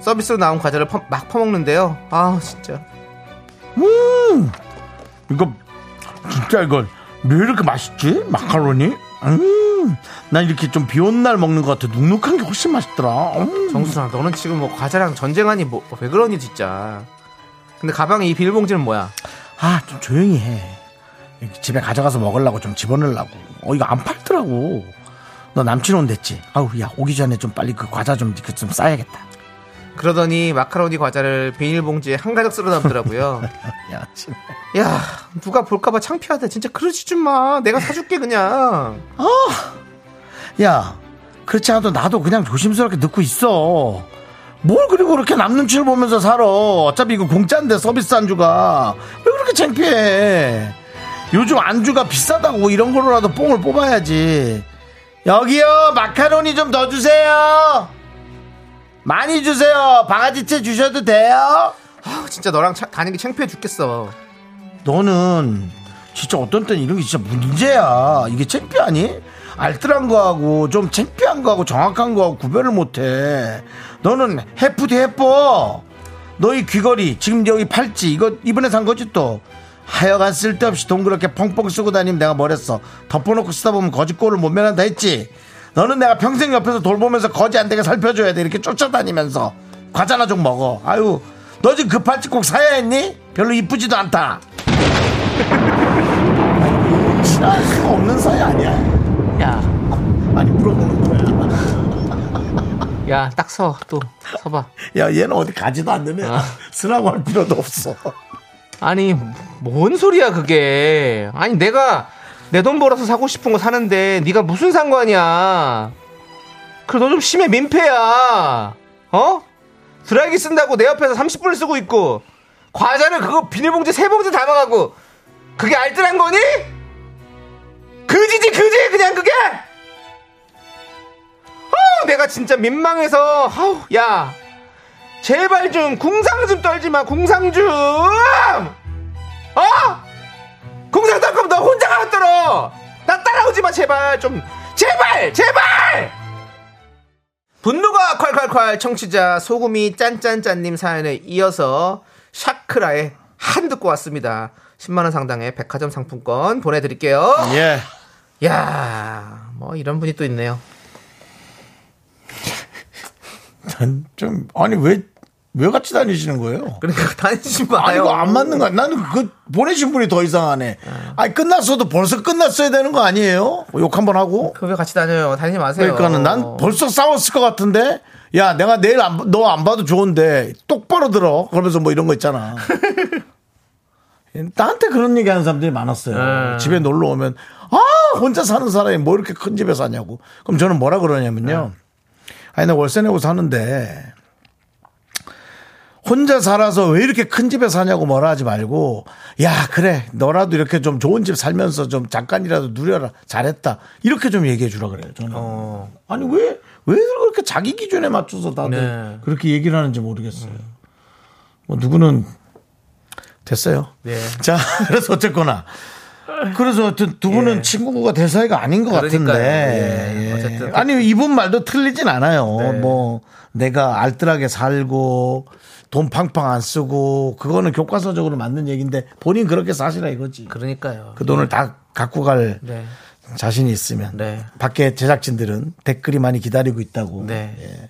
B: 서비스로 나온 과자를 퍼- 막 퍼먹는데요. 아 진짜
A: 음, 이거 진짜 이걸 왜 이렇게 맛있지? 마카로니? 음, 난 이렇게 좀 비온 날 먹는 것 같아. 눅눅한 게 훨씬 맛있더라. 음.
B: 정수아 너는 지금 뭐 과자랑 전쟁하니 뭐 왜 그러니 진짜. 근데 가방에 이 비닐봉지는 뭐야?
A: 아, 좀 조용히 해. 이렇게 집에 가져가서 먹으려고 좀 집어넣으려고. 어, 이거 안 팔더라고. 너 남친 온댔지? 아우, 야, 오기 전에 좀 빨리 그 과자 좀, 그좀 싸야겠다.
B: 그러더니 마카로니 과자를 비닐봉지에 한 가득 쓸어 담더라고요.
A: 야, 진짜.
B: 야 누가 볼까봐 창피하다. 진짜 그러지 좀 마. 내가 사줄게 그냥.
A: 야, 그렇지 않아도 나도 그냥 조심스럽게 넣고 있어. 뭘 그리고 그렇게 남 눈치를 보면서 살아. 어차피 이거 공짜인데 서비스 안주가. 왜 그렇게 창피해. 요즘 안주가 비싸다고 뭐 이런 걸로라도 뽕을 뽑아야지. 여기요, 마카로니 좀 더 주세요. 많이 주세요. 바가지채 주셔도 돼요.
B: 아, 진짜 너랑 차- 다니기 창피해 죽겠어.
A: 너는 진짜 어떤 때는 이런 게 진짜 문제야. 이게 창피하니? 알뜰한 거하고 좀 창피한 거하고 정확한 거하고 구별을 못해. 너는 해프디 해뻐. 너희 귀걸이 지금 여기 팔찌 이거 이번에 산 거지 또. 하여간 쓸데없이 돈 그렇게 펑펑 쓰고 다니면 내가 뭐랬어. 덮어놓고 쓰다 보면 거지 꼴을 못 면한다 했지. 너는 내가 평생 옆에서 돌보면서 거지 안 되게 살펴줘야 돼. 이렇게 쫓아다니면서 과자나 좀 먹어. 아유, 너 지금 그 팔찌 꼭 사야 했니? 별로 이쁘지도 않다. 친할 수가 없는 사이 아니야.
B: 야,
A: 아니 물어보는 거야.
B: 야, 딱 서, 또, 서봐.
A: 야 얘는 어디 가지도 않는 애야.
B: 아.
A: 쓰라고 할 필요도 없어.
B: 아니 뭔 소리야 그게 아니 내가 내 돈 벌어서 사고 싶은 거 사는데 네가 무슨 상관이야 그래 너 좀 심해 민폐야 어? 드라이기 쓴다고 내 옆에서 30분을 쓰고 있고 과자를 그거 비닐봉지 세 봉지 담아가고 그게 알뜰한 거니? 그지지 그지 그냥 그게 어우 내가 진짜 민망해서 아우 야 제발 좀 궁상 좀 떨지 마 궁상 좀 어? 궁상 떨 거면 너 혼자 가면 떨어 나 따라오지 마 제발 좀 제발 제발 분노가 콸콸콸 청취자 소금이 짠짠짠님 사연에 이어서 샤크라의 한 듣고 왔습니다 10만원 상당의 백화점 상품권 보내드릴게요
A: 예.
B: 야, 뭐 이런 분이 또 있네요
A: 좀 아니 왜. 왜 같이 다니시는 거예요?
B: 그러니까 다니지 마요
A: 아니, 이거 안 맞는 거야. 나는 그, 보내신 분이 더 이상하네. 아니, 끝났어도 벌써 끝났어야 되는 거 아니에요? 욕 한 번 하고.
B: 그왜 같이 다녀요 다니지 마세요
A: 그러니까는 난 벌써 싸웠을 것 같은데 야 내가 내일 안, 너 안 봐도 좋은데 똑바로 들어 그러면서 뭐 이런 거 있잖아 나한테 그런 얘기 하는 사람들이
B: 네.
A: 많았어요 집에 놀러 오면 아 혼자 사는 사람이 뭐 이렇게 큰 집에 사냐고 그럼 저는 뭐라 그러냐면요
B: 네.
A: 아니 나 월세 내고 사는데 혼자 살아서 왜 이렇게 큰 집에 사냐고 뭐라 하지 말고 야 그래 너라도 이렇게 좀 좋은 집 살면서 좀 잠깐이라도 누려라 잘했다 이렇게 좀 얘기해 주라 그래요 저는
B: 어.
A: 아니 왜 왜 그렇게 자기 기준에 맞춰서 다들
B: 네.
A: 그렇게 얘기를 하는지 모르겠어요 뭐 누구는 됐어요
B: 네.
A: 자 그래서 어쨌거나 그래서 하여튼 두 분은
B: 예.
A: 친구가 될 사이가 아닌 것
B: 그러니까요.
A: 같은데.
B: 예. 어쨌든.
A: 아니, 이분 말도 틀리진 않아요.
B: 네.
A: 뭐, 내가 알뜰하게 살고, 돈 팡팡 안 쓰고, 그거는 교과서적으로 맞는 얘기인데, 본인 그렇게 사시라 이거지. 그,
B: 그러니까요.
A: 돈을 다 갖고 갈
B: 네.
A: 자신이 있으면.
B: 네.
A: 밖에 제작진들은 댓글이 많이 기다리고 있다고.
B: 네.
A: 예.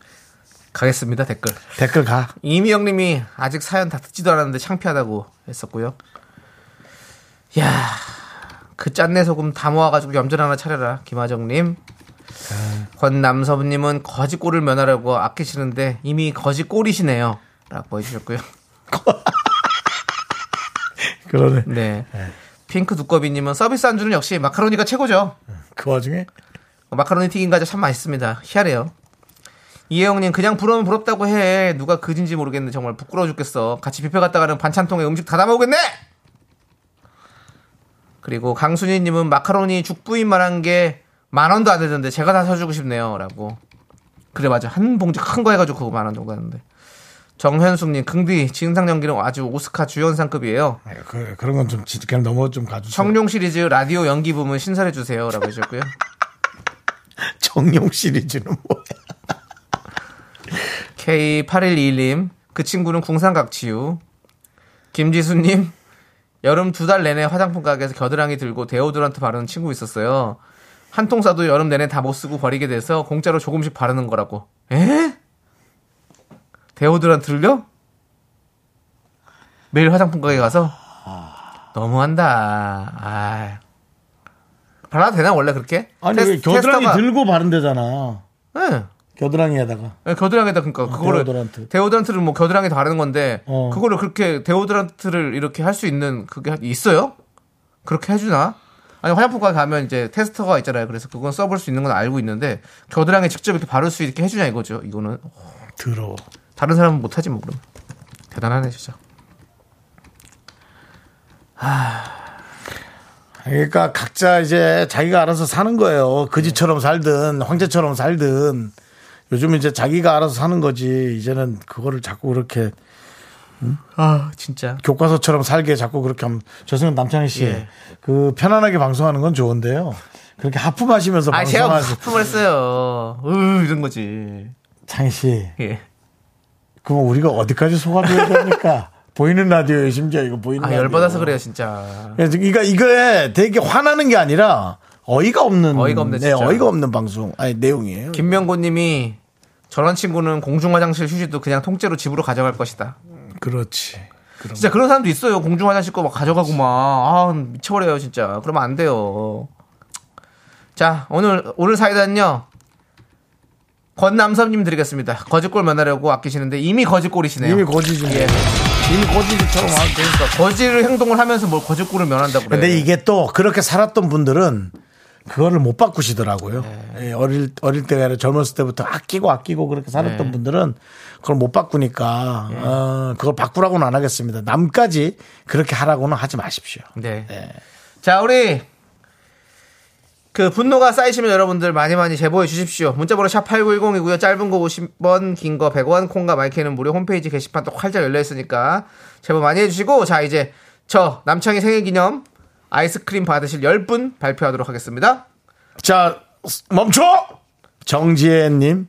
B: 가겠습니다, 댓글.
A: 댓글 가.
B: 이미영 님이 아직 사연 다 듣지도 않았는데 창피하다고 했었고요. 야, 그 짠내 소금 다 모아가지고 염전 하나 차려라. 김하정 님. 권남섭 님은 거지 꼴을 면하려고 아끼시는데 이미 거지 꼴이시네요. 라고 해주셨고요.
A: 그러네.
B: 네. 핑크 두꺼비 님은 서비스 안주는 역시 마카로니가 최고죠.
A: 그 과중에.
B: 마카로니 튀긴 과자 참 맛있습니다. 희한해요. 이혜영님 그냥 부러우면 부럽다고 해. 누가 그진지 모르겠는데 정말 부끄러워 죽겠어. 같이 뷔페 갔다가는 반찬통에 음식 다 담아오겠네. 그리고 강순희님은 마카로니 죽부인 말한 게 만 원도 안 되던데 제가 다 사주고 싶네요.라고. 그래 맞아 한 봉지 큰 거 해가지고 그거 만 원 정도 하는데. 정현숙님 긍디 진상 연기는 아주 오스카 주연상급이에요.
A: 그, 그런 건 좀, 지- 그냥 넘어 좀 가주세요.
B: 청룡 시리즈 라디오 연기 부문 신설해 주세요라고 하셨고요.
A: 정용 시리즈는 뭐야.
B: K8121님, 그 친구는 궁상각치유. 김지수님, 여름 두 달 내내 화장품 가게에서 겨드랑이 들고 데오드란트 바르는 친구 있었어요. 한 통 사도 여름 내내 다 못 쓰고 버리게 돼서 공짜로 조금씩 바르는 거라고. 에? 데오드란트 들려? 매일 화장품 가게 가서? 너무한다. 아 발라도 되나, 원래 그렇게?
A: 아니,
B: 테스-
A: 왜 겨드랑이
B: 테스터가-
A: 들고 바른데잖아.
B: 응.
A: 겨드랑이에다가.
B: 예, 겨드랑이에다 그러니까 그거를
A: 아, 데오드란트.
B: 데오드란트. 를뭐 겨드랑이 다르는 건데
A: 어.
B: 그거를 그렇게 데오드란트를 이렇게 할 수 있는 그게 있어요? 그렇게 해주나? 아니 화장품과 가면 이제 테스터가 있잖아요. 그래서 그건 써볼 수 있는 건 알고 있는데 겨드랑이 직접 이렇게 바를 수 있게 해주냐 이거죠. 이거는
A: 들어.
B: 다른 사람은 못하지 뭐 그럼 대단하네 진짜.
A: 그러니까 각자 이제 자기가 알아서 사는 거예요.
B: 네.
A: 그지처럼 살든 황제처럼 살든 요즘 이제 자기가 알아서 사는 거지. 이제는 그거를 자꾸 그렇게
B: 아 진짜.
A: 교과서처럼 살게 자꾸 그렇게 하면 죄송해요 남창희 씨.
B: 예.
A: 그 편안하게 방송하는 건 좋은데요. 그렇게 하품하시면서
B: 아 제가
A: 방송하시
B: 하품을 했어요. 으 이런 거지.
A: 창희 씨.
B: 예.
A: 그럼 우리가 어디까지 속아줘야 됩니까? 보이는 라디오에 심지어 이거 보이는
B: 아
A: 라디오.
B: 열받아서 그래요 진짜.
A: 그래서 그러니까 이거에 되게 화나는 게 아니라 어이가 없는
B: 어이가 없네,
A: 네,
B: 진짜.
A: 어이가 없는 방송 아니 내용이에요.
B: 김명곤님이 저런 친구는 공중 화장실 휴지도 그냥 통째로 집으로 가져갈 것이다.
A: 그렇지.
B: 진짜 그런 사람도 있어요. 공중 화장실 거 막 가져가고 막아 미쳐버려요 진짜. 그러면 안 돼요. 자 오늘 오늘 사이다는요. 권남섭님 드리겠습니다. 거짓골 만나려고 아끼시는데 이미 거짓골이시네요.
A: 이미 고지지.
B: 예.
A: 이미 고지지처럼 하고.
B: 그러니까 거짓을 행동을 하면서 뭘 거짓골을 면한다고 그래요.
A: 근데 이게 또 그렇게 살았던 분들은 그거를 못 바꾸시더라고요. 예, 어릴 어릴 때가 아니라 젊었을 때부터 아끼고 아끼고 그렇게 살았던
B: 네.
A: 분들은 그걸 못 바꾸니까 어, 그걸 바꾸라고는 안 하겠습니다. 남까지 그렇게 하라고는 하지 마십시오.
B: 네. 자, 우리 그 분노가 쌓이시면 여러분들 많이 많이 제보해 주십시오. 문자번호 샵 8910이고요. 짧은 거 50원, 긴 거 100원, 콩과 마이크는 무료 홈페이지 게시판 또 활짝 열려 있으니까 제보 많이 해주시고 자 이제 저 남창희 생일 기념 아이스크림 받으실 10분 발표하도록 하겠습니다.
A: 자 멈춰 정지혜님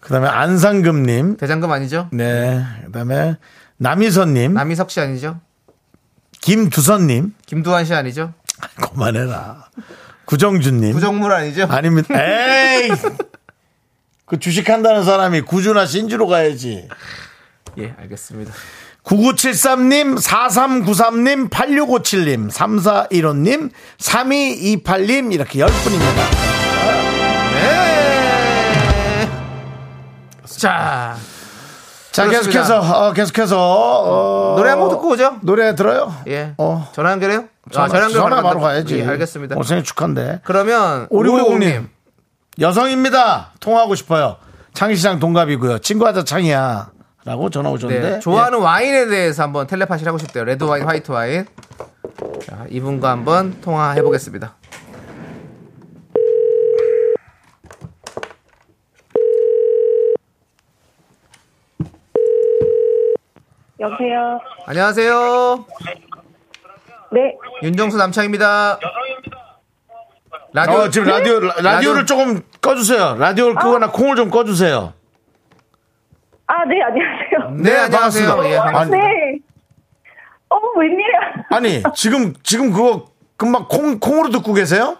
A: 그다음에 안상금님
B: 대장금 아니죠?
A: 네 그다음에 남희선님
B: 남희석 씨 아니죠?
A: 김두선님
B: 김두한 씨 아니죠?
A: 그만해라 구정준님
B: 구정물 아니죠?
A: 아니면 에이 그 주식한다는 사람이 구주나 신주로 가야지
B: 예, 알겠습니다.
A: 9973님 4393님 8657님 3415님 3228님 이렇게 10분입니다
B: 네. 자,
A: 자
B: 그렇습니다.
A: 계속해서 어, 계속해서 어,
B: 노래 한 곡 듣고 오죠?
A: 노래 들어요
B: 예.
A: 어.
B: 전화 연결해요?
A: 전화,
B: 아, 전화 연결
A: 전화 바로
B: 간다고.
A: 가야지.
B: 예, 알겠습니다.
A: 오늘 생일 축하인데.
B: 그러면
A: 5650 님.
B: 5550님.
A: 여성입니다. 통화하고 싶어요. 창희시장 동갑이고요. 친구하자 창희야. 라고 전화 오셨는데.
B: 네, 좋아하는 와인에 대해서 한번 텔레파시를 하고 싶대요. 레드 와인, 화이트 와인. 자, 이분과 한번 통화해 보겠습니다.
F: 여보세요.
B: 안녕하세요.
F: 네,
B: 윤정수 남창입니다. 라디오 네?
A: 어, 지금 라디오, 라- 라디오를
B: 라디오.
A: 조금 꺼주세요. 라디오를 끄거나 콩을 좀 꺼주세요.
F: 아, 네, 안녕하세요.
B: 네, 안녕하세요.
A: 반갑습니다.
B: 예,
F: 아,
B: 반갑습니다.
F: 네. 어, 웬일이야.
A: 아니, 지금, 지금 그거 금방 콩, 콩으로 듣고 계세요?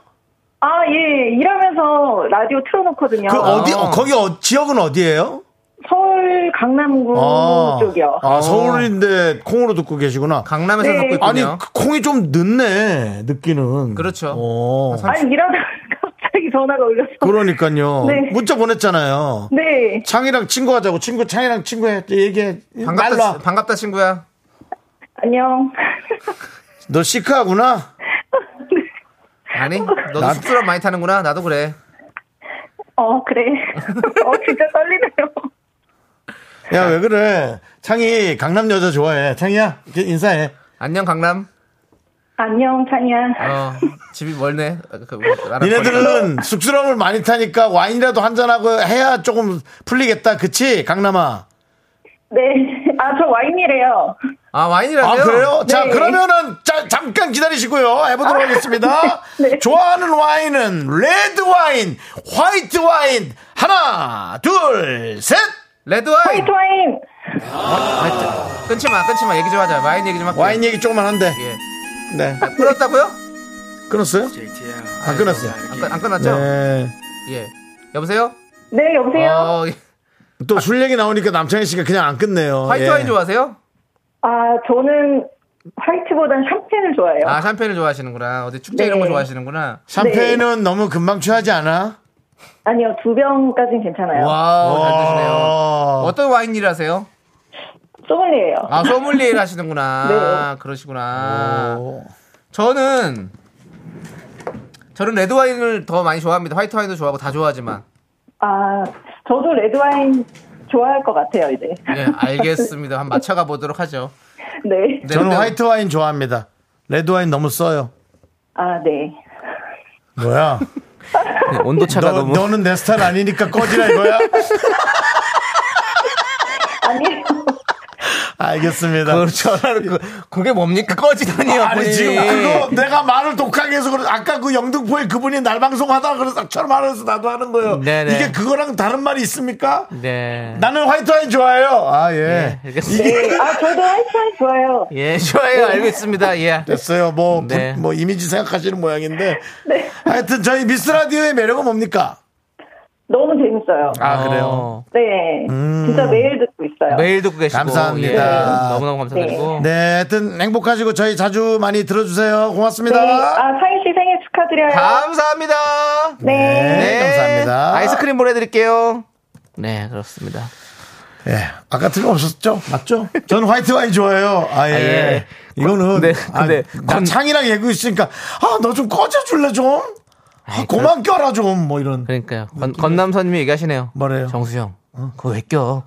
F: 아, 예, 일하면서 라디오 틀어놓거든요.
A: 그 어디,
B: 아.
A: 어, 거기 어, 지역은 어디예요
F: 서울 강남구
A: 아.
F: 음, 쪽이요.
A: 아, 서울인데 콩으로 듣고 계시구나.
B: 강남에서
F: 네.
B: 듣고
A: 아니,
B: 있군요.
A: 그 콩이 좀 늦네, 늦기는.
B: 그렇죠.
A: 어.
F: 아니, 일하다가 갑자기 전화가 울려서.
A: 그러니까요.
F: 네.
A: 문자 보냈잖아요.
F: 네.
A: 창이랑 친구하자고 친구 창이랑 친구해 얘기해
B: 반갑다,
A: 말라
B: 반갑다 친구야.
F: 안녕.
A: 너 시크하구나
B: 아니, 너도
A: 난-
B: 숙소랑 많이 타는구나. 나도 그래.
F: 어, 그래. 어, 진짜 떨리네요.
A: 야
B: 네.
A: 왜 그래 창이 강남 여자 좋아해 창이야 이렇게 인사해
B: 안녕 강남.
F: 안녕, 찬이야.
A: 아.
B: 어, 집이 멀네. 그, 알았거든.
A: 니네들은 쑥스러움을 많이 타니까 와인이라도 한잔하고 해야 조금 풀리겠다 그치 강남아
F: 네. 아, 저 와인이래요.
B: 아
A: 아
B: 와인이라세요?
A: 그래요 자
F: 네.
A: 그러면은 자, 잠깐 기다리시고요 해보도록
B: 아,
A: 하겠습니다
F: 네.
A: 좋아하는 와인은 레드 와인 화이트 와인 하나 둘셋
B: 레드 와인.
F: 화이트 와인!
B: 화이트. 끊지 마, 끊지 마. 얘기 좀 하자. 와인 얘기 좀 할게.
A: 와인 얘기 조금만 한데.
B: 예.
A: 네.
B: 끊었다고요?
A: 끊었어요? 안 끊었어요.
B: 안, 끊- 안 끊었죠?
A: 네.
B: 예. 여보세요?
F: 네, 여보세요?
A: 아.
B: 어, 예.
A: 또 술 얘기 나오니까 남창희 씨가 그냥 안 끝내요.
B: 화이트
A: 예.
B: 와인 좋아하세요?
F: 아, 저는 화이트보단 샴페인을 좋아해요.
B: 아 샴페인을 좋아하시는구나. 어디 축제
F: 네.
B: 이런 거 좋아하시는구나. 네.
A: 샴페인은 너무 금방 취하지 않아?
F: 아. 니요두 병까진 괜찮아요.
B: 와우, 어, 잘 드시네요.
A: 와.
B: 어떤 와인 일하세요?
F: 소믈리에요.
B: 아, 소믈리에 일 하시는구나.
F: 네.
B: 그러시구나.
A: 오.
B: 저는, 저는 레드 와인을 더 많이 좋아합니다. 화이트 와인도 좋아하고 다 좋아하지만.
F: 아, 저도 레드 와인 좋아할 것 같아요, 이제.
B: 예, 알겠습니다. 한번 맞춰가 보도록 하죠.
F: 네.
B: 네,
A: 저는
B: 근데-
A: 화이트 와인 좋아합니다. 레드 와인 너무 써요.
F: 아, 네.
A: 뭐야?
B: 네, 온도차가
A: 너, 너는 내 스타일 아니니까 꺼지라 이거야?
F: 아니,
A: 알겠습니다.
B: 그걸 전화를 그- 그게 뭡니까? 꺼지다니요.
A: 아니
B: 본인이.
A: 지금 그거 내가 말을 독하게 해서 그래 아까 그 영등포에 그분이 날 방송하다 그래서 처럼 말해서 나도 하는 거예요.
B: 네네.
A: 이게 그거랑 다른 말이 있습니까?
B: 네.
A: 나는 화이트 와인 좋아해요. 아 예.
B: 예, 알겠습니다.
F: 네. 아, 저도 화이트 와인 좋아해요.
B: 예, 좋아요. 알겠습니다. 예.
A: 됐어요. 뭐, 부-
B: 네.
A: 뭐 이미지 생각하시는 모양인데. 하여튼 저희 미스 라디오의 매력은 뭡니까?
F: 너무 재밌어요.
A: 아, 그래요?
B: 어,
F: 네.
A: 음.
F: 진짜 매일 듣고 있어요.
B: 매일 듣고 계시고.
A: 감사합니다.
B: 예, 너무너무 감사드리고.
A: 네, 하여튼 행복하시고 저희 자주 많이 들어주세요.
F: 네.
A: 고맙습니다.
F: 아, 사인 씨 생일 축하드려요.
B: 감사합니다.
F: 네.
A: 네, 감사합니다.
B: 아이스크림 보내드릴게요. 네, 그렇습니다.
A: 예. 아까 틀림없었죠? 맞죠? 저는 화이트 와인 좋아해요. 아, 예.
B: 아, 예.
A: 이거는.
B: 네,
A: 아,
B: 근데
A: 나
B: 건-
A: 창이랑 얘기 있으니까, 아, 너 좀 꺼져줄래, 좀? 아, 고만 껴라, 좀. 뭐 이런.
B: 그러니까요. 건, 건남선님이 얘기하시네요. 어?
A: 뭐래요?
B: 정수형. 그거 왜 껴?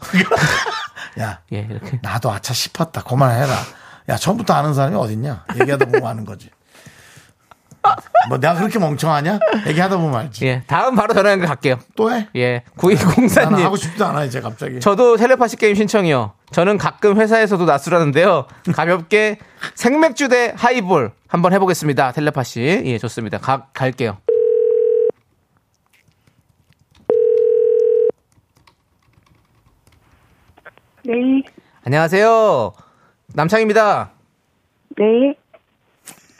A: 야,
B: 예, 이렇게.
A: 나도 아차 싶었다. 그만해라. 야, 처음부터 아는 사람이 어딨냐? 얘기하다 보면 아는 거지. 뭐 내가 그렇게 멍청하냐? 얘기하다 보면 알지.
B: 예, 다음 바로 전화 연결 갈게요.
A: 또 해?
B: 예,
A: 나는 하고
B: 9204님.
A: 싶지도 않아, 이제 갑자기.
B: 네. 저도 텔레파시 게임 신청이요. 저는 가끔 회사에서도 낮술하는데요. 가볍게 생맥주 대 하이볼 한번 해보겠습니다. 텔레파시. 예, 좋습니다. 가, 갈게요.
F: 네.
B: 안녕하세요. 남창입니다.
F: 네.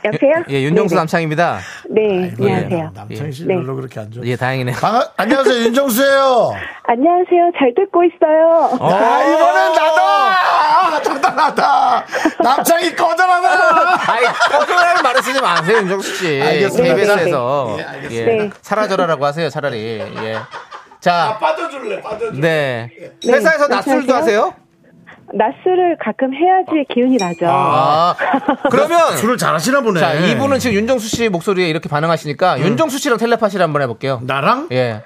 F: 여보세요?
B: 예, 윤정수 남창입니다.
F: 네,
A: 예,
F: 안녕하세요.
A: 남창희 씨
F: 네.
A: 별로 그렇게 안 좋아.
B: 예, 다행이네요.
A: 방- 안녕하세요, 윤정수예요
F: 안녕하세요. 잘 듣고 있어요.
A: 아, 이번엔
B: 아,
A: 나다! 대단하다! 남창이 거절하다!
B: 아이, 거짓말 말을 쓰지 마세요, 윤정수 씨.
A: 알겠습니다. 네,
B: KBS에서.
A: 네. 예,
B: 예,
A: 알겠습니다.
F: 네.
B: 사라져라라고 하세요, 차라리. 예. 자,
A: 아, 빠져줄래, 빠져줄래.
B: 네.
F: 네,
B: 회사에서
F: 그렇게
B: 낮술도 하세요?
F: 낮술을 가끔 해야지 기운이 나죠.
B: 아. 그러면.
A: 술을 잘하시나 보네. 음.
B: 자, 이분은 지금 윤정수 씨 목소리에 이렇게 반응하시니까 윤정수 씨랑 텔레파시를 한번 해볼게요.
A: 나랑?
B: 예.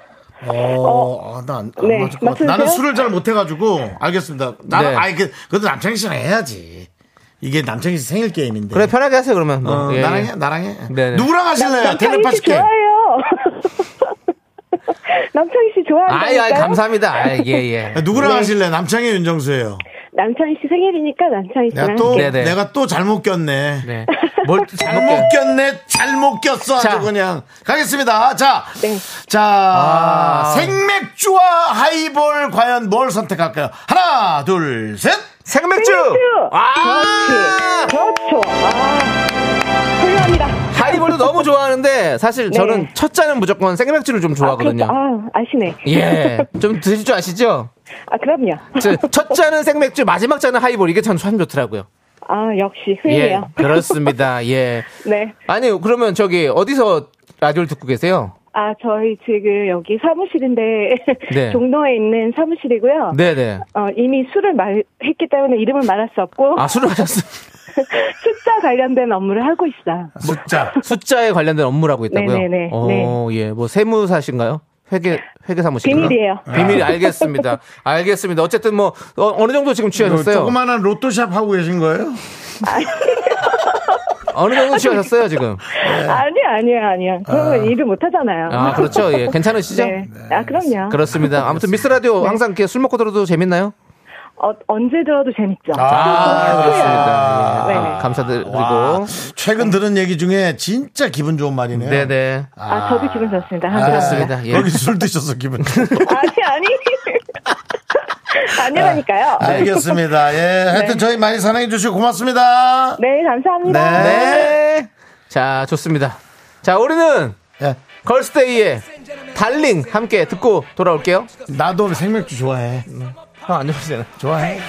A: 어, 아, 나안
F: 네,
A: 맞을 것 같아.
F: 맞으세요?
A: 나는 술을 잘 못해가지고 알겠습니다. 나는
B: 네.
A: 아이 그 그래도 남창희 씨랑 해야지. 이게 남창희 씨 생일 게임인데.
B: 그래, 편하게 하세요, 그러면. 뭐.
A: 어,
B: 예,
A: 나랑
B: 예.
A: 해, 나랑 해.
B: 네네.
A: 누구랑 하실래요?
F: 남창희
A: 텔레파시
F: 씨
A: 게임.
F: 좋아해요. 남창희 씨
B: 아이, 아이,
F: 좋아한다니까요.
B: 감사합니다. 아이, 예, 예.
A: 누구랑 하실래? 남창희 윤정수예요.
F: 남창희 씨 생일이니까 남창희
A: 내가
F: 씨랑
A: 또
B: 네네.
A: 내가 또 잘못 꼈네.
B: 네. 뭘 잘못
A: 잘못 꼈네. 잘못 꼈어. 아주
B: 자.
A: 그냥. 가겠습니다. 자.
F: 네.
A: 자.
B: 아.
A: 생맥주와 하이볼 과연 뭘 선택할까요? 하나, 둘, 셋.
B: 생맥주. 아!
F: 그렇지. 그렇죠. 아, 훌륭합니다.
B: 하이볼도 너무 좋아하는데 사실
F: 네.
B: 저는 첫 잔은 무조건 생맥주를 좀 좋아하거든요.
F: 아, 그렇죠. 아, 아시네.
B: 예. 좀 드실 줄 아시죠?
F: 아, 그럼요.
B: 저, 첫 잔은 생맥주, 마지막 잔은 하이볼. 이게 참, 참 좋더라고요.
F: 아, 역시
B: 예.
F: 훌륭해요.
B: 그렇습니다. 예.
F: 네.
B: 아니, 그러면 저기, 어디서 라디오를 듣고 계세요?
F: 아, 저희 지금 여기 사무실인데
B: 네.
F: 종로에 있는 사무실이고요.
B: 네네.
F: 어, 이미 술을 말, 했기 때문에 이름을 말할 수 없고
B: 아, 술을 하셨어요.
F: 숫자 관련된 업무를 하고 있어요.
A: 숫자.
B: 숫자에 관련된 업무를 하고 있다고요?
F: 네네네.
B: 어,
F: 네.
B: 예. 뭐 세무사신가요? 회계 회계 사무실
F: 비밀이에요.
B: 비밀 알겠습니다. 알겠습니다. 어쨌든 뭐 어, 느 정도 지금 취하셨어요?
A: 뭐 조그마한 로또샵 하고 계신 거예요?
B: 어느 정도 취하셨어요 지금?
F: 아니야, 아니야, 아니야. 그러면 일을 못 하잖아요.
B: 네. 아 그렇죠. 예, 괜찮으시죠?
F: 네. 아, 그럼요.
B: 그렇습니다. 아무튼
A: 네.
B: 미스 라디오 항상 이렇게 술 먹고 들어도 재밌나요?
F: 어, 언제 들어도 재밌죠.
B: 아, 그렇습니다. 예.
F: 네.
B: 아, 감사드리고.
A: 와, 최근 들은 얘기 중에 진짜 기분 좋은 말이네요.
B: 네네.
F: 아, 저도 기분 좋습니다.
A: 아,
F: 감사합니다.
B: 그렇습니다. 예. 네.
A: 여기 술 드셔서 기분 좋
F: 아니, 아니. 아니라니까요.
A: 알겠습니다. 예. 하여튼 저희 많이 사랑해 주시고 고맙습니다.
F: 네, 감사합니다.
B: 네. 자 좋습니다. 자 우리는
A: 예.
B: 걸스데이의 달링 함께 듣고 돌아올게요.
A: 나도 생맥주 좋아해.
B: 형안 좋으시잖아요.
A: 좋아해.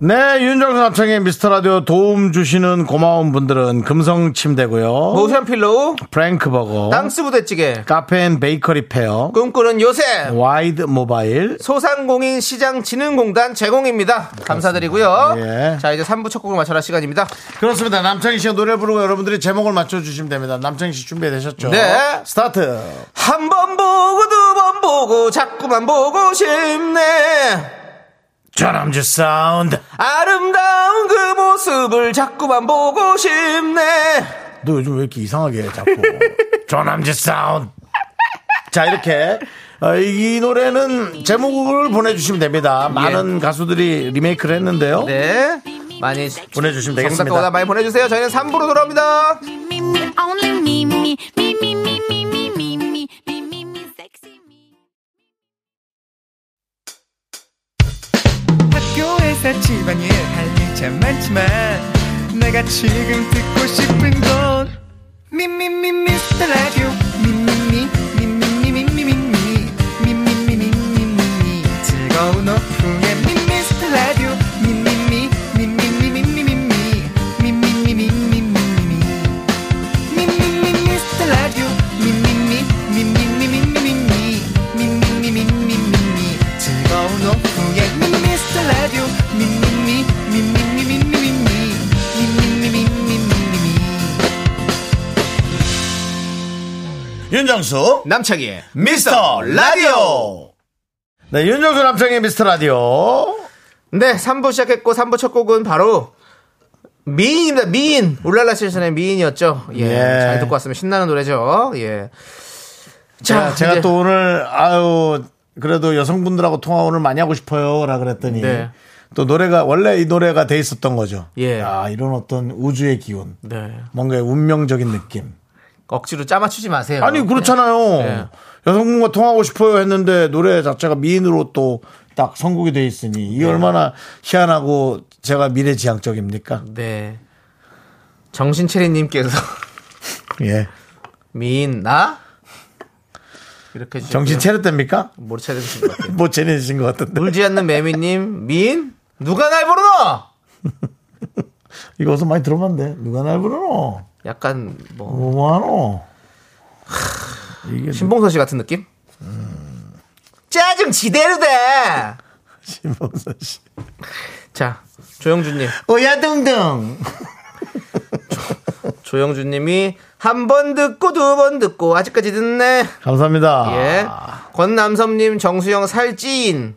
A: 네, 윤정수 남창의 미스터 라디오 도움 주시는 고마운 분들은 금성 침대고요.
B: 모션 필로우,
A: 프랭크 버거,
B: 어? 뭐? 땅스 부대찌개,
A: 카페인 베이커리 페어,
B: 꿈꾸는 요셉,
A: 와이드 모바일.
B: 소상공인 시장 진흥공단 제공입니다. 감사드리고요.
A: 예.
B: 자, 이제 3부 첫 곡을 맞춰라 시간입니다.
A: 그렇습니다. 남창희 씨가 노래 부르고 여러분들이 제목을 맞춰 주시면 됩니다. 남창희 씨 준비되셨죠?
B: 네.
A: 스타트.
B: 한 번 보고 두 번 보고 자꾸만 보고 싶네.
A: 전함주 사운드.
B: 아름다운 그 모습을 자꾸만 보고 싶네.
A: 너 요즘 왜 이렇게 이상하게 해, 자꾸 조남지 사운드 자 이렇게 어, 이 노래는 제목을 보내주시면 됩니다 많은 가수들이 리메이크를 했는데요
B: 예. 네. 많이
A: 보내주시면
B: 정답보다
A: 되겠습니다
B: 많이 보내주세요. 저희는 3부로 돌아옵니다.
G: me, me, only me, me, me, me, me, me, me, me, me, me, me, me, sexy me.
H: 학교에서 집안일 할 일 참 많지만 내가 지금 듣고 싶은 건 미미미 미스터 라디오 미미미 미미미 미미미 미미미 미미미 즐거운 오후에 미스터 라디오 미미미 미미미 미미미 미미미 미미미
A: 윤정수
B: 남창희의
A: 미스터 라디오 네 윤정수 남창의 미스터 라디오
B: 네, 3부 시작했고 3부 첫 곡은 바로 미인입니다. 미인. 울랄라 시즌의 미인이었죠. 예.
A: 예.
B: 잘 듣고 왔으면 신나는 노래죠. 예.
A: 자 제가
B: 이제-
A: 또 오늘 아유 그래도 여성분들하고 통화 오늘 많이 하고 싶어요라 그랬더니
B: 네.
A: 또 노래가 원래 이 노래가 돼 있었던 거죠
B: 예.
A: 아 이런 어떤 우주의 기운
B: 네.
A: 뭔가 운명적인 느낌
B: 억지로 짜맞추지 마세요.
A: 아니 그렇죠. 그렇잖아요.
B: 네.
A: 여성분과 통하고 싶어요 했는데 노래 자체가 미인으로 또 딱 선곡이 돼 있으니 이 얼마나 희한하고 제가 미래지향적입니까?
B: 네. 정신체리 님께서
A: 예.
B: 미인 나 이렇게 해주셨고요.
A: 정신 차렸답니까?
B: 머리 차리신 것 같아요.
A: 못 지내신 것 같은데.
B: 울지 않는 매미 님 미인 누가 날 부르노?
A: 이거 어서 많이 들어봤는데 누가 날 부르노?
B: 약간 뭐
A: 뭐하노? 이게
B: 신봉선 씨 같은 느낌? 짜증 지대로 돼.
A: 신봉선 씨.
B: 자, 조영준님.
A: 오야등등.
B: 조영준님이 한 번 듣고 두 번 듣고 아직까지 듣네.
A: 감사합니다.
B: 예. 권남섭님 정수영 살찐.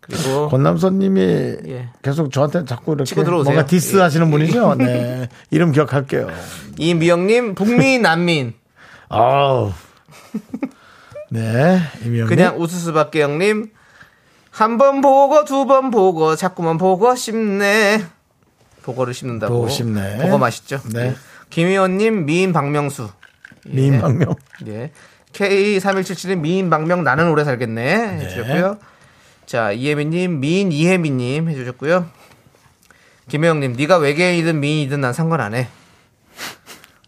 B: 그리고
A: 권남선님이
B: 예.
A: 계속 저한테 자꾸 이렇게
B: 치고 들어오세요.
A: 뭔가 디스하시는
B: 예.
A: 분이죠. 네. 이름 기억할게요.
B: 이미영님 북미 난민.
A: 아우. 네, 이명.
B: 그냥 우수수밖에 형님. 한 번 보고 두 번 보고 자꾸만 보고 싶네. 보거를 씹는다고.
A: 보고 씹네.
B: 보거 맛있죠.
A: 네.
B: 예. 김희원님 미인 박명수.
A: 미인 방명.
B: 예. K3177님 미인 박명 나는 오래 살겠네 해주셨고요. 자 이혜미님 미인 이혜미님 해주셨고요. 김혜영님 네가 외계인이든 미인이든 난 상관 안 해.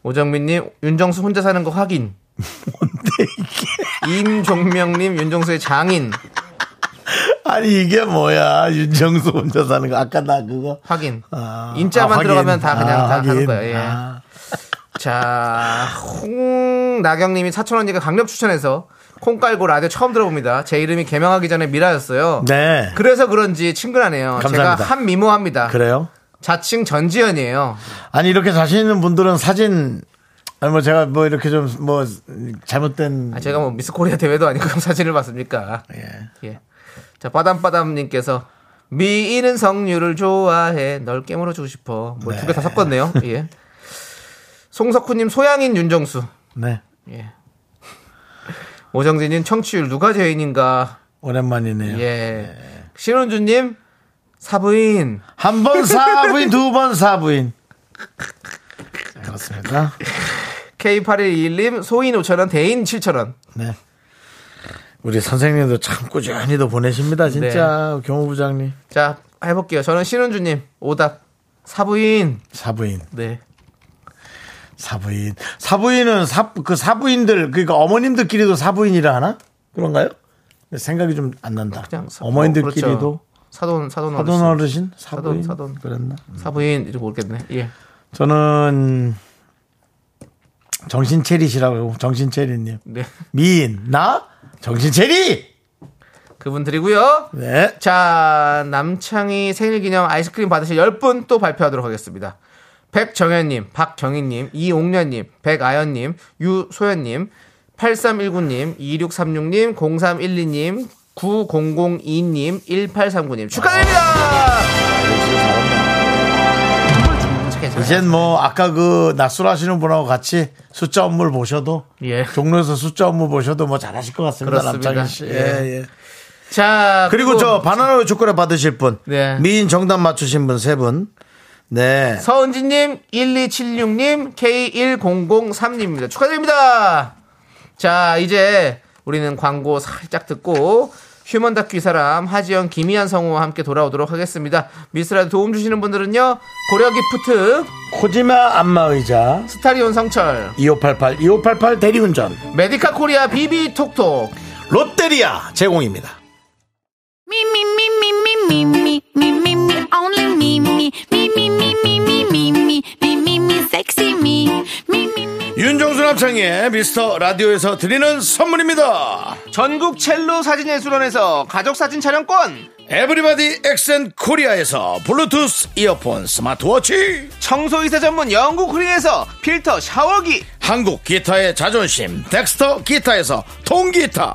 B: 오정민님 윤정수 혼자 사는 거 확인. 뭔데 이게? 임종명님 윤정수의 장인
A: 아니 이게 뭐야 윤정수 혼자 사는 거 아까 나 그거
B: 확인.
A: 아,
B: 인자만
A: 아,
B: 들어가면
A: 확인.
B: 다 그냥
A: 아,
B: 다
A: 확인.
B: 하는 거예요. 예.
A: 아,
B: 자, 홍나경님이 사천 언니가 강력 추천해서 콩 깔고 라디오 처음 들어봅니다. 제 이름이 개명하기 전에 미라였어요.
A: 네
B: 그래서 그런지 친근하네요.
A: 감사합니다.
B: 제가 한 미모합니다.
A: 그래요
B: 자칭 전지현이에요.
A: 아니 이렇게 자신 있는 분들은 사진 아니 뭐 제가 뭐 이렇게 좀 뭐 잘못된
B: 아, 제가 뭐 미스코리아 대회도 아니고 그럼 사진을 봤습니까?
A: 예.
B: 예. 자, 빠담빠담님께서 미인은 성류를 좋아해 널 깨물어 주고 싶어. 뭐 두 개 다 섞었네요. 예. 송석훈님 소양인 윤정수.
A: 네
B: 예. 오정진님 청취율 누가 죄인인가?
A: 오랜만이네요
B: 예. 신은주님 사부인.
A: 한 번 사부인 두 번 사부인 그렇습니다
B: K8121님 소인 5천원 대인 7천원.
A: 네 우리 선생님도 참 꾸준히도 보내십니다
B: 네.
A: 진짜 경호부장님
B: 자 해볼게요. 저는 신은주님 오답 사부인.
A: 사부인
B: 네.
A: 사부인 사부인은 사, 그 사부인들 그러니까 어머님들끼리도 사부인이라 하나 그런가요? 생각이 좀 안 난다.
B: 그냥 사-
A: 어머님들끼리도
B: 그렇죠. 사돈 사돈 어르신.
A: 사돈 어르신 사부인
B: 사돈, 사돈.
A: 그랬나?
B: 사부인 이렇게 모르겠네. 예.
A: 저는 정신 체리시라고 정신 체리님
B: 네.
A: 미인 나 정신 체리
B: 그분 드리고요.
A: 네
B: 자, 남창희 생일 기념 아이스크림 받으실 10분 또 발표하도록 하겠습니다. 백정현님, 박정희님, 이옥련님, 백아연님, 유소연님, 8319님, 2636님, 0312님, 9002님, 1839님.
A: 아,
B: 축하드립니다! 괜찮아요.
A: 이젠 뭐 아까 그 낮술하시는 분하고 같이 숫자 업무를 보셔도
B: 예.
A: 종로에서 숫자 업무 보셔도 뭐 잘하실 것 같습니다
B: 그렇습니다.
A: 남창희 씨.
B: 예.
A: 예, 예.
B: 자,
A: 그리고 저 바나나 우유 초콜릿 받으실 분.
B: 네.
A: 미인 정답 맞추신 분 세 분. 네.
B: 서은지님, 1276님, K1003님입니다. 축하드립니다. 자, 이제 우리는 광고 살짝 듣고 휴먼 다큐 이 사람 하지영, 김희한 성우와 함께 돌아오도록 하겠습니다. 미스라드 도움 주시는 분들은요. 고려 기프트,
A: 코지마 안마의자
B: 스타리온 성철,
A: 2588 2588 대리운전
B: 메디카 코리아 비비톡톡,
A: 롯데리아 제공입니다.
G: Me, me, me, me, me, me, me, me, me, me, only me, me, me, me, me, me, me, me, me, me, me, me, sexy me, me, me, me.
A: 윤종수 남창의 미스터 라디오에서 드리는 선물입니다.
B: 전국 첼로 사진예술원에서 가족사진 촬영권,
A: 에브리바디 엑센 코리아에서 블루투스 이어폰 스마트워치
B: 청소이사 전문 영국 크린에서 필터 샤워기,
A: 한국 기타의 자존심 덱스터 기타에서 통기타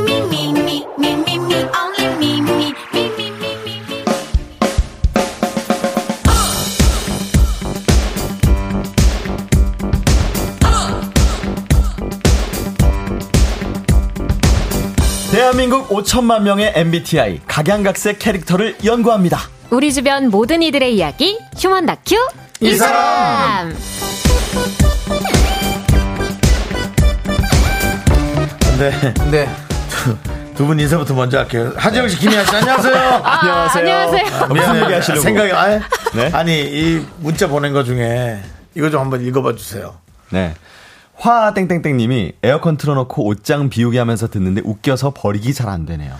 G: me, me, me, me, me, only me, me, me, me, me, me, me.
I: 대한민국 5천만 명의 MBTI 각양각색 캐릭터를 연구합니다.
J: 우리 주변 모든 이들의 이야기 휴먼 다큐 이
A: 아,
J: 사람
A: 네.
B: 네
A: 두 분 인사부터 먼저 할게요 하지영 씨 김희아 씨 안녕하세요
I: 안녕하세요.
J: 안녕하세요.
A: 미안해요.
I: 아, 무슨 얘기 하시려고?
A: 생각이 아니,
I: 네?
A: 아니 이 문자 보낸 거 중에 이거 좀 한번 읽어봐 주세요.
I: 네. 화 땡땡땡님이 에어컨 틀어놓고 옷장 비우게 하면서 듣는데 웃겨서 버리기 잘 안 되네요.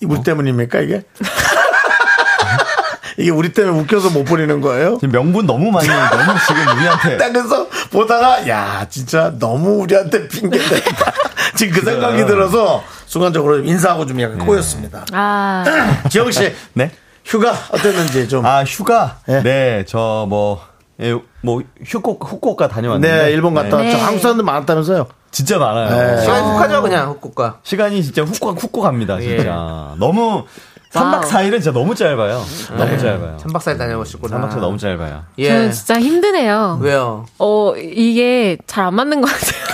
A: 이물 때문입니까 이게? 이게 우리 때문에 웃겨서 못 버리는 거예요?
I: 지금 명분 너무 많이 너무 지금 우리한테
A: 딱 그래서 보다가 야 진짜 너무 우리한테 핑계된다. 지금 그 생각이 들어서 순간적으로 좀 인사하고 좀 약간 꼬였습니다.
J: 아.
A: 지영 씨
I: 네.
A: 휴가 어땠는지 좀. 예.
I: 아 휴가. 네, 저 뭐. 예, 뭐 휴코 후쿠오카 다녀왔는데
A: 네 일본 갔다 왔죠. 한국 사람들 많았다면서요?
I: 진짜 많아요.
B: 시간이 훅하죠 그냥 훅국가.
I: 시간이 진짜 후쿠 후쿠 갑니다 진짜
E: 네.
I: 너무 3박 4일은 진짜 너무 짧아요. 너무 짧아요.
B: 3박 4일 다녀오셨구나.
I: 3박 4일 너무 짧아요.
B: 예.
J: 저는 진짜 힘드네요.
B: 왜요?
A: 그
J: 어, 이게 잘 안 맞는 것 같아요.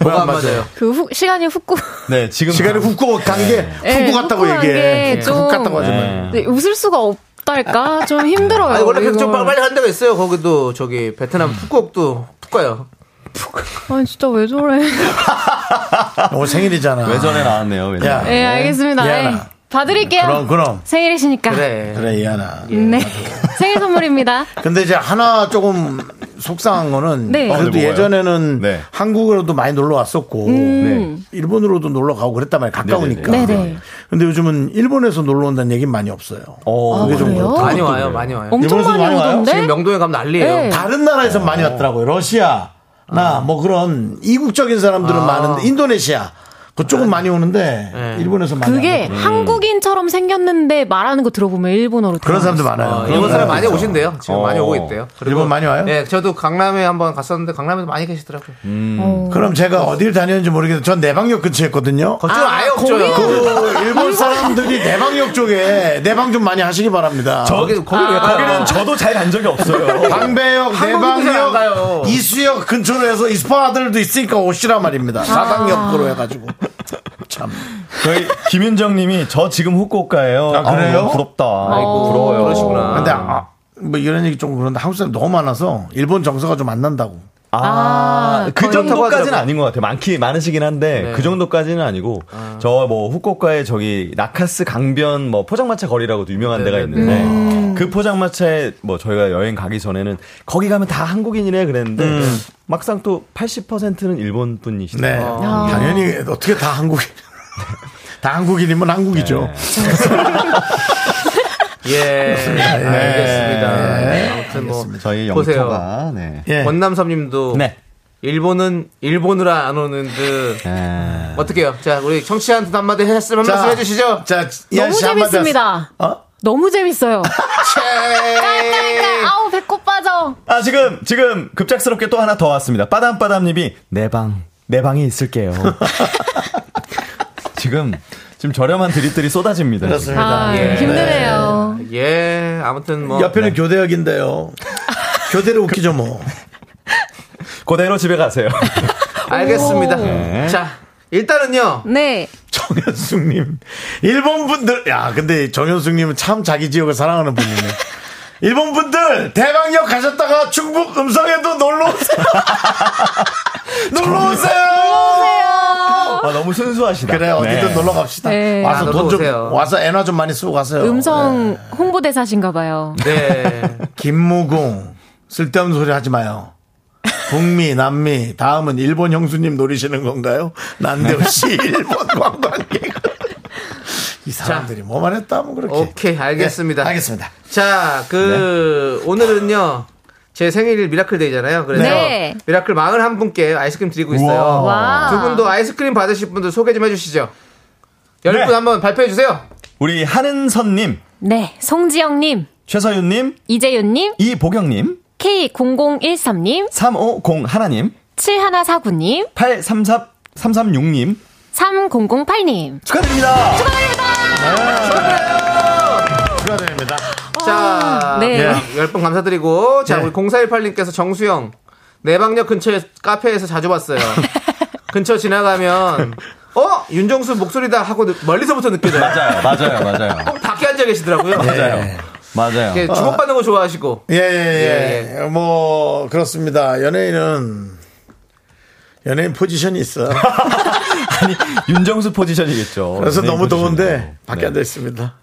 B: 뭐가 안 맞아요?
J: 그 후, 시간이 훅고.
I: 네, 지금 네.
A: 시간이 훅고 네, 간게 훅고 갔다고 얘기해.
J: 좀
A: 훅 갔다고 하지 마.
J: 네, 웃을 수가 없달까? 좀 힘들어요.
B: 아니 원래
J: 이거.
B: 좀 빨리 한 데가 있어요. 거기도 저기 베트남 푸꾸옥도 푸꾸요.
J: 아니, 진짜 왜 저래. 예,
A: 오늘 어, 생일이잖아.
I: 외전에 나왔네요. 외전.
A: 야.
J: 예, 알겠습니다.
A: 미안하.
J: 예, 봐드릴게요.
A: 그럼 그럼
J: 생일이시니까.
B: 그래.
A: 그래 예. 이하나.
J: 네. 생일 선물입니다.
A: 근데 이제 하나 조금 속상한 거는 아,
J: 네.
I: 어,
A: 그래도
I: 근데 뭐예요?
A: 예전에는
I: 네.
A: 한국으로도 많이 놀러 왔었고 일본으로도 놀러 가고 그랬단 말이에요 가까우니까
J: 음. 네네. 네네.
A: 근데 요즘은 일본에서 놀러 온다는 얘기는 많이 없어요
I: 어,
J: 아,
A: 그게 좀
J: 그래요?
A: 그렇다.
B: 많이 와요, 많이 와요.
J: 엄청
I: 일본에서
J: 많이
I: 많이 와요?
J: 오던데?
B: 지금 명동에 가면 난리예요.
J: 네.
A: 다른 나라에서 많이 왔더라고요 러시아 나 뭐 그런 이국적인 사람들은 많은데 인도네시아 그쪽은 많이 오는데 일본에서 많이
J: 그게
A: 안 오고.
J: 한국인처럼 생겼는데 말하는 거 들어보면 일본어로
A: 그런
J: 들어가요.
A: 사람들 많아요
B: 어,
A: 그런
B: 일본 사람 많이
A: 사람들 있어.
B: 오신대요. 지금
I: 어.
B: 많이 오고 있대요.
A: 일본 많이 와요?
B: 예, 저도 강남에 한번 갔었는데 강남에도 많이 계시더라고요.
A: 그럼 제가 어딜 다녔는지 모르겠는데 전 내방역 근처였거든요
B: 거주는 아, 예 없죠. 뭐.
A: 그 일본 사람들이 내방역 쪽에 내방 좀 많이 하시기 바랍니다.
I: 거기 아, 거기 왜 거기는 저도 잘 간 적이 없어요.
A: 방배역,
B: 한국인들 안 가요.
A: 내방역, 이수역 근처로 해서 이스파들도 있으니까 오시라
J: 아.
A: 말입니다. 사당역으로 해가지고. 참.
I: 저희 김윤정님이 저 지금 후쿠오카예요.
A: 아, 그래요?
I: 너무 부럽다.
B: 어.
I: 아이고 부러워요.
B: 그러시구나.
A: 근데, 아, 뭐 이런 얘기 좀 그런데 한국 사람이 너무 많아서 일본 정서가 좀 안 난다고.
I: 아,
J: 아,
I: 그
B: 그렇다고
I: 정도까지는
B: 하더라고요.
I: 아닌 것 같아요. 많기 많으시긴 한데 그 정도까지는 아니고 저 뭐 후쿠오카에 저기 나카스 강변 뭐 포장마차 거리라고도 유명한 데가 있는데
B: 음.
I: 그 포장마차에 뭐 저희가 여행 가기 전에는 거기 가면 다 한국인이네 그랬는데
A: 음.
I: 막상 또 80%는 일본
A: 네.
I: 분이시네요.
B: 아.
A: 당연히 어떻게 다 한국인. 다 한국인이면 한국이죠.
B: 네. 예. 알겠습니다.
A: 네.
B: 아무튼 뭐
I: 저희 영토가
B: 보세요.
I: 네.
A: 예.
B: 권남섭님도
I: 네.
B: 일본은 일본으로 안 오는 듯.
I: 네.
B: 어떻게요? 자, 우리 청취한테 한마디 했으면 한
A: 자,
B: 말씀 해주시죠.
A: 자, 이한
J: 너무
A: 씨 한마디
J: 재밌습니다.
A: 하세요. 어?
J: 너무 재밌어요.
B: 네.
J: 깔깔깔. 아우 배꼽 빠져.
I: 아 지금 지금 급작스럽게 또 하나 더 왔습니다. 빠담빠담님이 내 방 내 방에 있을게요. 지금 지금 저렴한 드립들이 쏟아집니다. 지금.
J: 아
B: 예.
J: 힘드네요.
B: 예, 아무튼 뭐.
A: 옆에는 교대역인데요. 교대로 웃기죠 뭐.
I: 그대로 집에 가세요.
B: 알겠습니다.
I: 네.
B: 자, 일단은요.
J: 네.
A: 정현숙님. 일본 분들, 야, 근데 정현숙님은 참 자기 지역을 사랑하는 분이네. 일본 분들, 대방역 가셨다가 충북 음성에도 놀러 오세요. 놀러 오세요.
I: 아, 너무 순수하시다.
A: 그래, 어디든
I: 네.
A: 놀러 갑시다.
J: 네.
B: 아,
A: 와서
B: 놀러
A: 돈 좀,
B: 오세요.
A: 와서 엔화 좀 많이 쓰고 가세요. 네.
J: 음성 홍보대사신가 봐요.
B: 네.
A: 김무궁, 쓸데없는 소리 하지 마요. 북미, 남미, 다음은 일본 형수님 노리시는 건가요? 난데없이
I: 네.
A: 일본 관광객. 이 사람들이 뭐만 했다 하면 그렇게.
B: 오케이, 알겠습니다.
A: 네, 알겠습니다.
B: 자, 그
I: 네.
B: 오늘은요. 제 생일 미라클 데이잖아요. 그래서
J: 네.
B: 미라클 41분께 아이스크림 드리고 있어요.
J: 와.
B: 두 분도 아이스크림 받으실 분들 소개 좀 해주시죠. 열
I: 네.
B: 분 한번 발표해 주세요.
I: 우리 한은선님,
J: 네. 송지영님,
I: 최서윤님,
J: 이재윤님,
I: 이보경님,
J: K0013님,
I: 350 하나님,
J: 7149님,
I: 834 336님
J: 3008님.
I: 축하드립니다.
A: 축하드립니다. 아,
B: 자,
J: 네.
A: 예.
B: 열 분 감사드리고. 자,
A: 네.
B: 우리 0418님께서 정수영. 내방역 근처에 카페에서 자주 봤어요. 근처 지나가면, 어? 윤정수 목소리다 하고 느- 멀리서부터 느껴져요.
I: 맞아요, 맞아요, 맞아요,
B: 꼭 밖에 앉아 계시더라고요. 네.
I: 맞아요, 맞아요.
B: 이렇게 주목받는 거 좋아하시고.
A: 예, 예, 예. 뭐, 그렇습니다. 연예인은, 연예인 포지션이 있어.
I: 아니, 윤정수 포지션이겠죠.
A: 그래서
I: 선생님
A: 너무 더운데,
I: 포지션이고.
A: 밖에
I: 네.
A: 앉아 있습니다.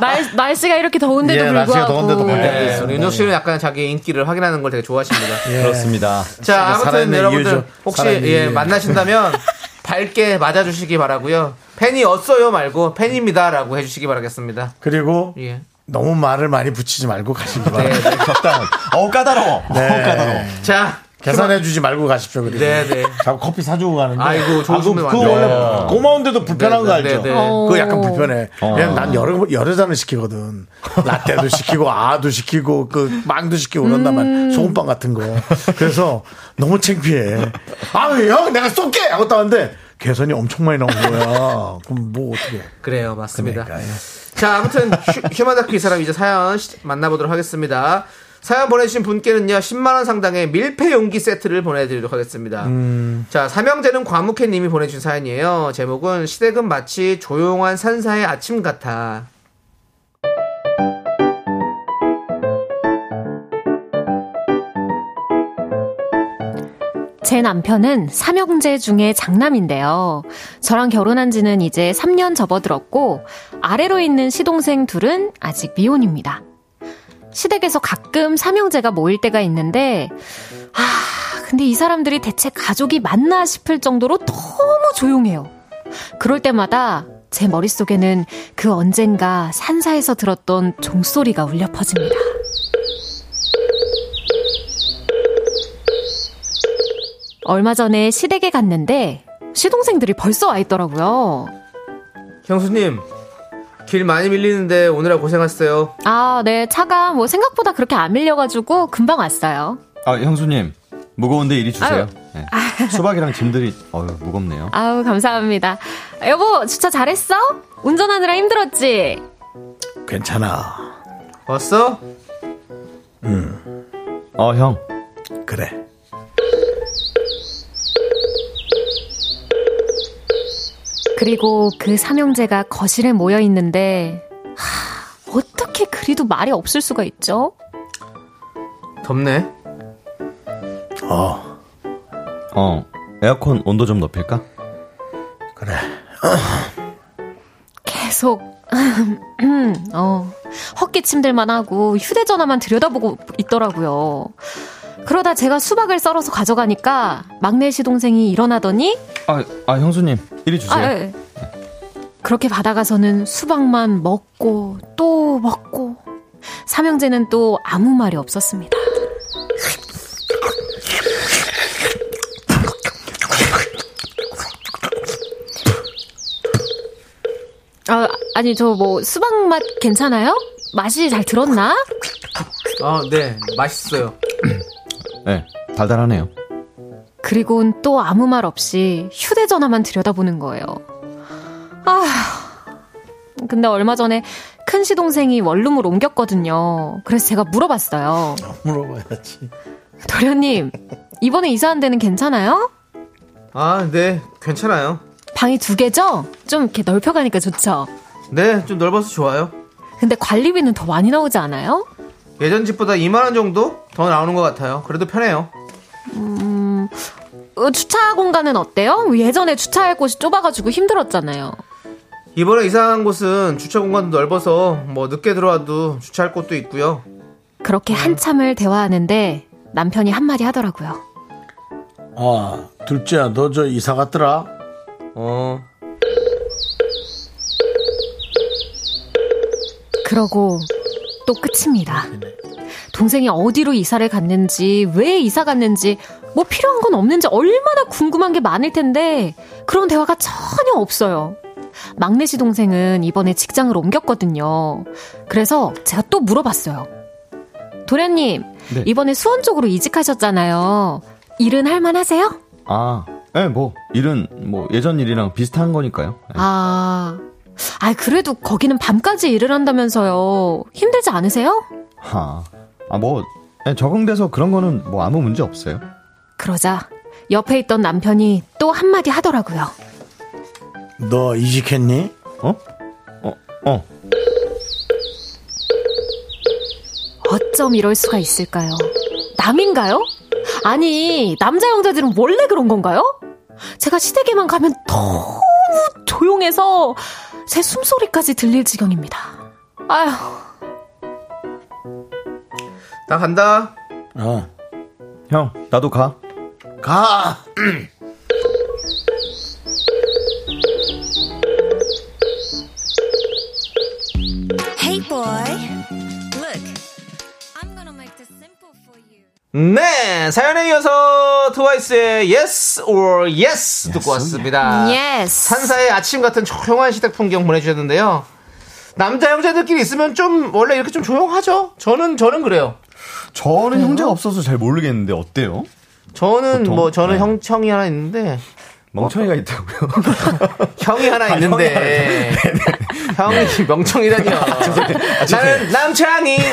J: 날, 날씨가 아, 이렇게 더운데도
A: 예,
J: 불구하고.
A: 날씨가 더운데도 불구하고.
B: 네, 우리 윤정 씨는 약간 자기 인기를 확인하는 걸 되게 좋아하십니다.
I: 그렇습니다.
B: 자, 아무튼
A: 예. 살아있는
B: 여러분들
A: 이유죠.
B: 혹시
A: 살아있는
B: 예,
A: 이유.
B: 만나신다면 밝게 맞아주시기 바라고요. 팬이었어요 말고 팬입니다라고 해주시기 바라겠습니다.
A: 그리고,
B: 예.
A: 너무 말을 많이 붙이지 말고 가시기 바랍니다.
I: 네, 적당. 어 까다로워.
A: 네.
I: 어우, 까다로워.
B: 자.
A: 계산해주지 말고 가십시오. 그리고.
B: 네, 네.
A: 자꾸 커피 사주고 가는데.
B: 아이고,
A: 아, 그,
B: 조심해
A: 그
B: 완전.
A: 원래 고마운데도 불편한 거
B: 네, 네,
A: 알죠?
B: 네, 네.
J: 어,
A: 어. 그거 약간 불편해.
I: 어.
A: 왜냐면 난 여러, 여러 잔을 시키거든. 라떼도 시키고, 아도 시키고, 그, 빵도 시키고 그런단 말이야.
I: 음.
A: 소금빵 같은 거. 그래서 너무 창피해. 아유, 형, 내가 쏠게! 하고 따는데 계산이 엄청 많이 나온 거야. 그럼 뭐 어떻게
B: 그래요, 맞습니다. 자, 아무튼 휴, 만다큐이 사람 이제 사연 시- 만나보도록 하겠습니다. 사연 보내주신 분께는요, 10만원 상당의 밀폐 용기 세트를 보내드리도록 하겠습니다. 자, 삼형제는 과묵해 님이 보내주신 사연이에요. 제목은 시댁은 마치 조용한 산사의 아침 같아.
J: 제 남편은 삼형제 중에 장남인데요. 저랑 결혼한 지는 이제 3년 접어들었고, 아래로 있는 시동생 둘은 아직 미혼입니다. 시댁에서 가끔 삼형제가 모일 때가 있는데, 아, 근데 이 사람들이 대체 가족이 맞나 싶을 정도로 너무 조용해요. 그럴 때마다 제 머릿속에는 그 언젠가 산사에서 들었던 종소리가 울려 퍼집니다. 얼마 전에 시댁에 갔는데, 시동생들이 벌써 와 있더라고요.
B: 형수님, 길 많이 밀리는데 오느라 고생하셨어요.
J: 아, 네. 차가 뭐 생각보다 그렇게 안 밀려가지고 금방 왔어요.
I: 아 형수님 무거운데 이리 주세요.
J: 아유.
I: 네. 수박이랑 짐들이 어유 무겁네요.
J: 아우, 감사합니다. 여보, 주차 잘했어? 운전하느라 힘들었지?
A: 괜찮아.
B: 왔어?
I: 어 형.
A: 그래.
J: 그리고 그 삼형제가 거실에 모여 있는데, 하, 어떻게 그리도 말이 없을 수가 있죠?
B: 덥네.
A: 어,
I: 어 에어컨 온도 좀 높일까?
A: 그래.
J: 계속, 어, 헛기침들만 하고 휴대전화만 들여다보고 있더라고요. 그러다 제가 수박을 썰어서 가져가니까 막내 시동생이 일어나더니
I: 아, 아 형수님 이리 주세요.
J: 아, 예. 그렇게 받아가서는 수박만 먹고 또 먹고 삼형제는 또 아무 말이 없었습니다. 아, 아니 저 뭐 수박 맛 괜찮아요? 맛이 잘 들었나?
B: 아, 네. 맛있어요.
I: 네 달달하네요.
J: 그리고는 또 아무 말 없이 휴대전화만 들여다보는 거예요. 아, 근데 얼마 전에 큰 시동생이 원룸으로 옮겼거든요. 그래서 제가 물어봤어요.
A: 물어봐야지.
J: 도련님, 이번에 이사한 데는 괜찮아요?
B: 아, 네. 괜찮아요.
J: 방이 두 개죠? 좀 이렇게 넓혀가니까 좋죠?
B: 네. 좀 넓어서 좋아요.
J: 근데 관리비는 더 많이 나오지 않아요?
B: 예전 집보다 2만원 정도 더 나오는 것 같아요. 그래도 편해요.
J: 음, 어, 주차 공간은 어때요? 예전에 주차할 곳이 좁아가지고 힘들었잖아요.
B: 이번에 이사한 곳은 주차 공간도 넓어서 뭐 늦게 들어와도 주차할 곳도 있고요.
J: 그렇게 한참을 대화하는데 남편이 한마디 하더라고요.
A: 아, 둘째야, 너 저 이사 갔더라?
B: 어,
J: 그러고 또 끝입니다. 동생이 어디로 이사를 갔는지, 왜 이사 갔는지, 뭐 필요한 건 없는지 얼마나 궁금한 게 많을 텐데 그런 대화가 전혀 없어요. 막내 시 동생은 이번에 직장을 옮겼거든요. 그래서 제가 또 물어봤어요. 도련님,
I: 네.
J: 이번에 수원 쪽으로 이직하셨잖아요. 일은 할만하세요?
I: 아, 예, 뭐 일은 뭐 예전 일이랑 비슷한 거니까요. 예.
J: 아, 아 그래도 거기는 밤까지 일을 한다면서요. 힘들지 않으세요?
I: 아, 아, 뭐 예, 적응돼서 그런 거는 뭐 아무 문제 없어요.
J: 그러자 옆에 있던 남편이 또 한마디 하더라고요.
A: 너 이직했니?
I: 어? 어, 어.
J: 어쩜 이럴 수가 있을까요? 남인가요? 아니, 남자 형제들은 원래 그런 건가요? 제가 시댁에만 가면 너무 조용해서 제 숨소리까지 들릴 지경입니다. 아휴,
B: 나 간다.
A: 어.
I: 형, 나도 가.
A: 가!
G: Hey boy.
B: 네, 사연에 이어서 트와이스의 Yes or Yes 듣고 왔습니다.
J: Yes.
B: 산사의 아침 같은 조용한 시댁 풍경 보내주셨는데요. 남자 형제들끼리 있으면 좀 원래 이렇게 좀 조용하죠? 저는 저는 그래요.
I: 저는
B: 네.
I: 형제가 없어서 잘 모르겠는데 어때요?
B: 저는 뭐 저는 형 형이 하나 있는데
I: 멍청이가 있다고요.
B: 형이 하나
I: 아, 형이 하나
B: 있는데 형이 명청이라니요. 나는 남창이 예,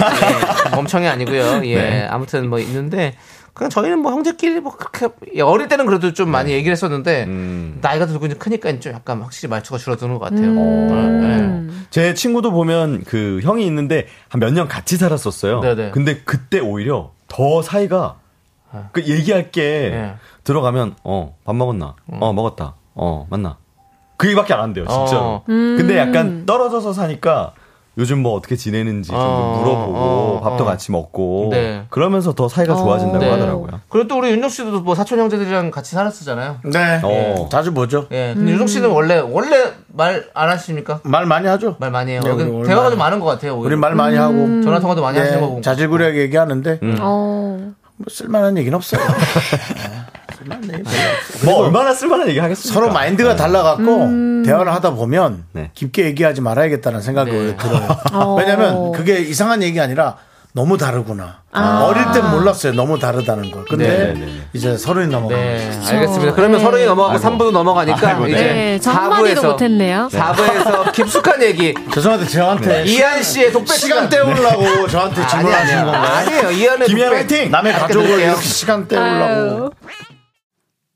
B: 멍청이 아니고요. 예
I: 네.
B: 아무튼 뭐 있는데 그냥 저희는 뭐 형제끼리 뭐 그렇게 예, 어릴 때는 그래도 좀 많이 얘기를 했었는데
I: 음.
B: 나이가 들고 이제 크니까 좀 약간 확실히 말투가 줄어드는 네. 것 같아요.
I: 제 친구도 보면 그 형이 있는데 한 몇 년 같이 살았었어요.
B: 네네.
I: 근데 그때 오히려 더 사이가 그 얘기할 게 들어가면 어 밥 먹었나 어 먹었다 어 맞나 그 얘기밖에 안 돼요 진짜
B: 어.
I: 로
B: 음.
I: 근데 약간 떨어져서 사니까 요즘 뭐 어떻게 지내는지 좀
B: 어,
I: 물어보고
B: 어,
I: 밥도
B: 어.
I: 같이 먹고
B: 네.
I: 그러면서 더 사이가 좋아진다고
B: 네.
I: 하더라고요
B: 그리고 또 우리 윤정 씨도 뭐 사촌 형제들이랑 같이 살았었잖아요.
A: 네.
I: 어.
A: 자주 보죠.
B: 예. 근데 윤정 씨는 원래 원래 말 안 하십니까?
A: 말 많이 하죠.
B: 말 많이 해요.
A: 네, 우리
B: 대화가
A: 올 많이-
B: 좀 많은 것 같아요. 오히려.
A: 우리 말 많이 하고 음.
B: 전화 통화도 많이
A: 예,
B: 하시는 거 보고.
A: 자질구레하게 얘기하는데
J: 어.
A: 뭐 쓸만한 얘기는 없어요.
I: 뭐 얼마나 쓸만한 얘기 하겠습니까
A: 서로 마인드가 달라갖고
B: 음.
A: 대화를 하다 보면 깊게 얘기하지 말아야겠다는 생각이 오히려 들어요.
J: 어.
A: 왜냐하면 그게 이상한 얘기가 아니라 너무 다르구나.
J: 아.
A: 어릴 땐 몰랐어요. 너무 다르다는 걸. 근데
I: 네네네.
A: 이제 서른이 넘어가면
B: 네, 알겠습니다. 그러면 서른이 넘어가고 3부도 넘어가니까
I: 아이고, 네.
B: 이제
J: 네, 저 한마디도
B: 4부에서
J: 못했네요.
B: 4부에서 깊숙한 얘기
A: 죄송한데 저한테 시-
B: 이한 씨의 독백
A: 네. 시간
B: 시간 네.
A: 때우려고 저한테
B: 아니
A: 질문하신
B: 아니요.
A: 건가요?
B: 아니에요. 이한의
I: 김희한
B: 독백.
I: 화이팅!
A: 남의
B: 아껴
A: 가족을
B: 드릴게요.
A: 이렇게 시간 때우려고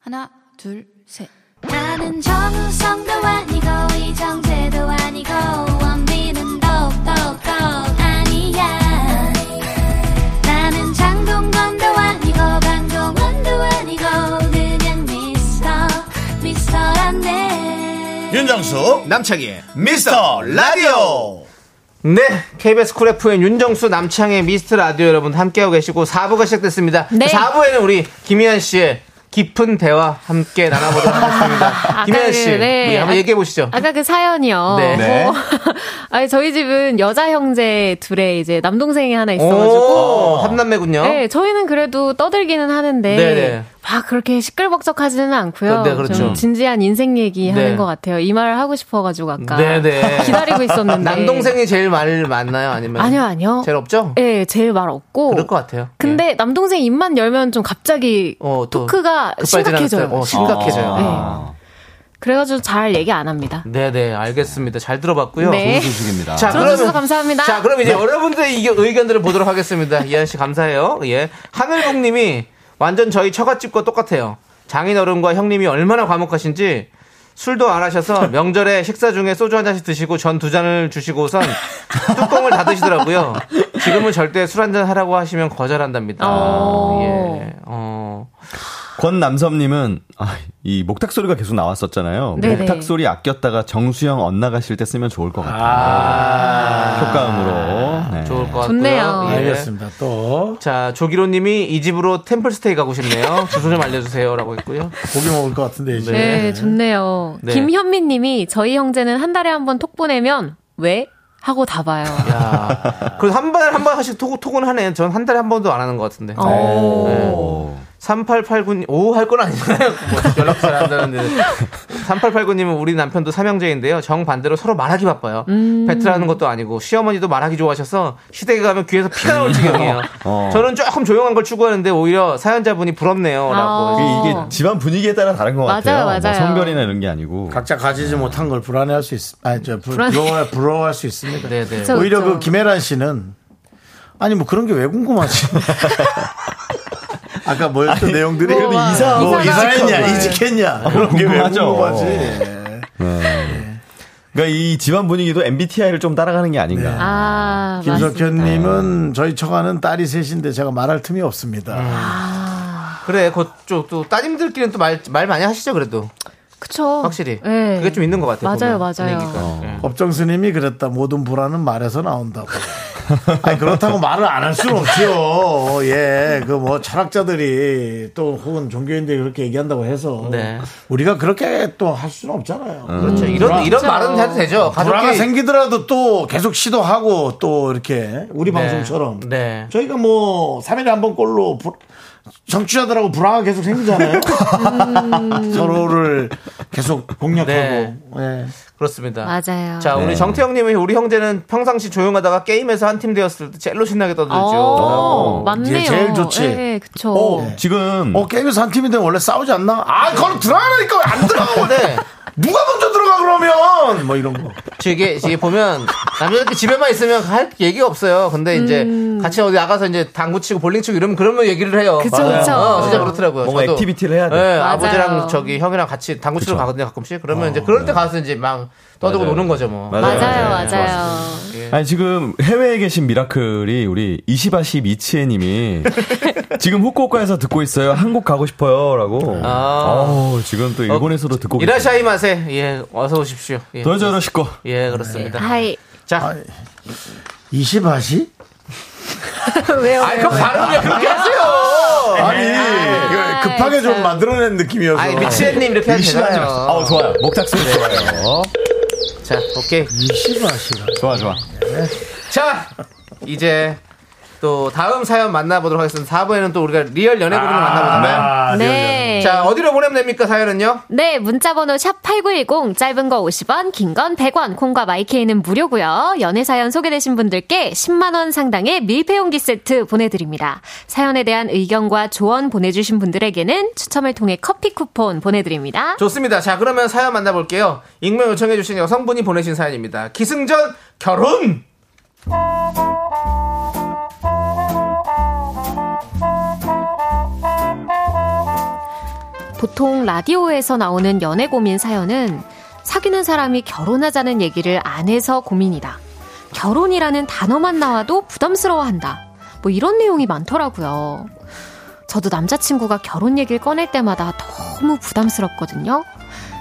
G: 하나, 둘, 셋.
J: 네.
G: 나는 정우성도 아니고, 이정재도 아니고, 원빈은 더욱더 아니야. 나는 장동건도 아니고, 강동원도 아니고, 그냥 미스터, 미스터란데.
A: 윤정수
B: 남창희의
A: 미스터 라디오
B: 네, KBS 쿨 FM 윤정수 남창의 미스트 라디오 여러분 함께하고 계시고 4부가 시작됐습니다.
J: 네.
B: 4부에는 우리 김희한 씨의 깊은 대화 함께 나눠보도록 하겠습니다. 김희한 씨,
J: 그, 네.
B: 우리 한번 얘기해 보시죠.
J: 아까 그 사연이요.
B: 네.
I: 네.
J: 어, 아니, 저희 집은 여자 형제 둘에 이제 남동생이 하나 있어가지고.
B: 오, 삼남매군요.
J: 네, 저희는 그래도 떠들기는 하는데
B: 네네.
J: 막 그렇게 시끌벅적하지는 않고요.
B: 그- 네, 그렇죠.
J: 좀 진지한 인생 얘기
B: 네.
J: 하는 것 같아요. 이 말을 하고 싶어가지고 아까
B: 네네.
J: 그러니까 기다리고 있었는데
B: 남동생이 제일 말 많나요? 아니면
J: 아니요 아니요.
B: 제일 없죠?
J: 네, 제일 말 없고.
B: 그럴 것 같아요. 네.
J: 근데 남동생 입만 열면 좀 갑자기
B: 어, 또
J: 토크가
B: 급발진하는
J: 심각해져요.
B: 스타일. 어, 심각해져요.
I: 아,
A: 네.
J: 그래가지고 잘 얘기 안 합니다.
B: 네, 네, 알겠습니다. 잘 들어봤고요.
J: 네.
I: 소식입니다 네.
B: 자,
J: 들어주셔서
B: 그러면
J: 감사합니다.
B: 자, 그럼 이제 여러분들의 의견, 의견들을 보도록 하겠습니다. 이한 씨 감사해요. 예. 하늘복 님이 완전 저희 처갓집과 똑같아요. 장인어른과 형님이 얼마나 과묵하신지 술도 안 하셔서 명절에 식사 중에 소주 한 잔씩 드시고 전 두 잔을 주시고선 뚜껑을 닫으시더라고요. 지금은 절대 술 한 잔 하라고 하시면 거절한답니다.
J: 어.
B: 예. 어.
I: 권남섭님은 아, 이 목탁 소리가 계속 나왔었잖아요.
J: 네네.
I: 목탁 소리 아꼈다가 정수영 엇나가실 때 쓰면 좋을 것 같아요. 아. 효과음으로. 네.
B: 좋을 것 같고요.
J: 좋네요.
B: 예.
A: 알겠습니다 또
B: 자, 조기로 님이 이 집으로 템플스테이 가고 싶네요. 주소 좀 알려주세요. 라고 했고요.
A: 고기 먹을 것 같은데 이제
J: 네, 좋네요.
B: 네.
J: 김현미 님이 저희 형제는 한 달에 한 번 톡 보내면 왜? 하고 다 봐요.
B: 네. 야, 아, 그래서 한 달에 한 번씩 톡, 톡은 하네. 전 한 달에 한 번도 안 하는 것 같은데.
J: 어.
B: 네.
I: 오.
B: 3889님, 오, 할 건 아니잖아요. 뭐 연락 잘 한다는데. 3889님은 우리 남편도 삼형제인데요. 정반대로 서로 말하기 바빠요. 배틀하는 것도 아니고, 시어머니도 말하기 좋아하셔서, 시댁에 가면 귀에서 피가 나올 지경이에요.
I: 어.
B: 저는 조금 조용한 걸 추구하는데, 오히려 사연자분이 부럽네요. 라고.
J: 아.
I: 이게 이게 집안 분위기에 따라 다른 것
J: 맞아요,
I: 같아요. 뭐
J: 맞아요.
I: 성별이나 이런 게 아니고.
A: 각자 가지지 못한 걸 불안해할 수 있, 아니 저 부, 부러워 부러워할 수 있습니다.
B: 네, 네.
J: 그쵸,
A: 오히려
J: 그쵸.
A: 그 김혜란 씨는 아니 뭐 그런 게 왜 궁금하지? 아까 뭐였던 내용들이
J: 그래도 뭐, 이사-
A: 뭐
J: 이사가-
A: 이사했냐
J: 이사가-
A: 이직했냐 그런 게 왜
I: 궁금하죠.
A: 궁금하지?
I: 그러니까 이 집안 분위기도 MBTI를 좀 따라가는 게 아닌가.
J: 아, 맞습니다.
A: 김석현님은 저희 처가는 딸이 셋인데 제가 말할 틈이 없습니다.
B: 아, 그래, 그쪽 또 따님들끼리는 또 말, 말 많이 하시죠, 그래도.
J: 그쵸.
B: 확실히.
J: 네.
B: 그게 좀 있는 것
A: 어.
B: 같아요.
J: 맞아요, 어.
B: 보면. 그러니까.
J: 맞아요.
B: 분위기가.
A: 법정스님이 그랬다. 모든 불안은 말에서 나온다고. 아니, 그렇다고 말을 안 할 수는 없지요. 예, 그 뭐 철학자들이 또 혹은 종교인들이 그렇게 얘기한다고 해서
B: 네.
A: 우리가 그렇게 또 할 수는 없잖아요.
B: 그렇죠. 이런- 이런
A: 그렇죠.
B: 말은 해도 되죠. 가족끼리-
A: 불화가 생기더라도 또 계속 시도하고 또 이렇게 우리
B: 네.
A: 방송처럼
B: 네.
A: 저희가 뭐 3일에 한 번 꼴로 불- 정치자들하고 불화가 계속 생기잖아요. 서로를 계속 공략하고.
B: 음. 네.
A: 예.
B: 그렇습니다.
J: 맞아요.
B: 자, 우리
A: 네.
B: 정태형님이 우리 형제는 평상시 조용하다가 게임에서 한 팀 되었을 때 제일로 신나게
J: 어,
B: 떠들죠.
J: 맞네요.
A: 제일 좋지.
J: 예, 그쵸.
I: 어, 지금
A: 어 게임에서 한 팀인데 원래 싸우지 않나? 아 그걸 들어가니까 왜 안 들어가고
B: 네.
A: 누가 먼저 들어가 그러면 뭐 이런 거.
B: 저 이게 이게 보면 남자들 집에만 있으면 할 얘기가 없어요. 근데 이제 같이 어디 나가서 이제 당구 치고 볼링 치고 이러면 그러면 얘기를 해요.
J: 음. 그쵸, 맞아요. 그쵸.
B: 어, 진짜 그렇더라고요.
I: 뭔가
B: 저도.
I: 액티비티를 해야 돼.
B: 네,
J: 맞아요.
B: 아버지랑 저기 형이랑 같이 당구 치러 가거든요 가끔씩. 그러면 이제 그럴 때 가서 이제 막 떠들고
I: 어. 네. 맞아요.
B: 노는 거죠 뭐.
I: 맞아요.
J: 맞아요,
I: 맞아요.
J: 맞아요.
B: 예.
I: 아니 지금 해외에 계신 미라클이 우리 이시바시 미치에님이 지금 후쿠오카에서 듣고 있어요. 한국 가고 싶어요라고.
B: 아.
I: 어 지금 또 일본에서도 듣고 계세요.
B: 이라샤이 마세. 예, 어서 오십시오. 예,
I: 도저로 시고.
B: 예 그렇습니다.
J: 하이.
B: 자,
A: 이시바시?
J: 왜요?
B: 아이, 그 발음 왜 그렇게 하세요?
A: 아니 그 급하게 좀 만들어낸 느낌이어서.
B: 네. 아니, 미치애님 이렇게 하면
A: 이시바시.
B: 되잖아요. 네.
I: 아우 어, 좋아요. 목탁수 좋아요.
B: 자, 오케이.
A: 이시바시라.
I: 좋아 좋아.
B: 자, 이제 또 다음 사연 만나보도록 하겠습니다. 4부에는 또 우리가 리얼 연애고민을 만나보잖아요.
A: 아,
J: 네.
B: 자, 어디로 보내면 됩니까, 사연은요?
J: 네, 문자번호 샵8910, 짧은 거 50원, 긴 건 100원, 콩과 마이케이는 무료고요 연애사연 소개되신 분들께 10만원 상당의 밀폐용기 세트 보내드립니다. 사연에 대한 의견과 조언 보내주신 분들에게는 추첨을 통해 커피 쿠폰 보내드립니다.
B: 좋습니다. 자, 그러면 사연 만나볼게요. 익명 요청해주신 여성분이 보내신 사연입니다. 기승전 결혼!
J: 보통 라디오에서 나오는 연애 고민 사연은 사귀는 사람이 결혼하자는 얘기를 안 해서 고민이다. 결혼이라는 단어만 나와도 부담스러워한다. 뭐 이런 내용이 많더라고요. 저도 남자친구가 결혼 얘기를 꺼낼 때마다 너무 부담스럽거든요.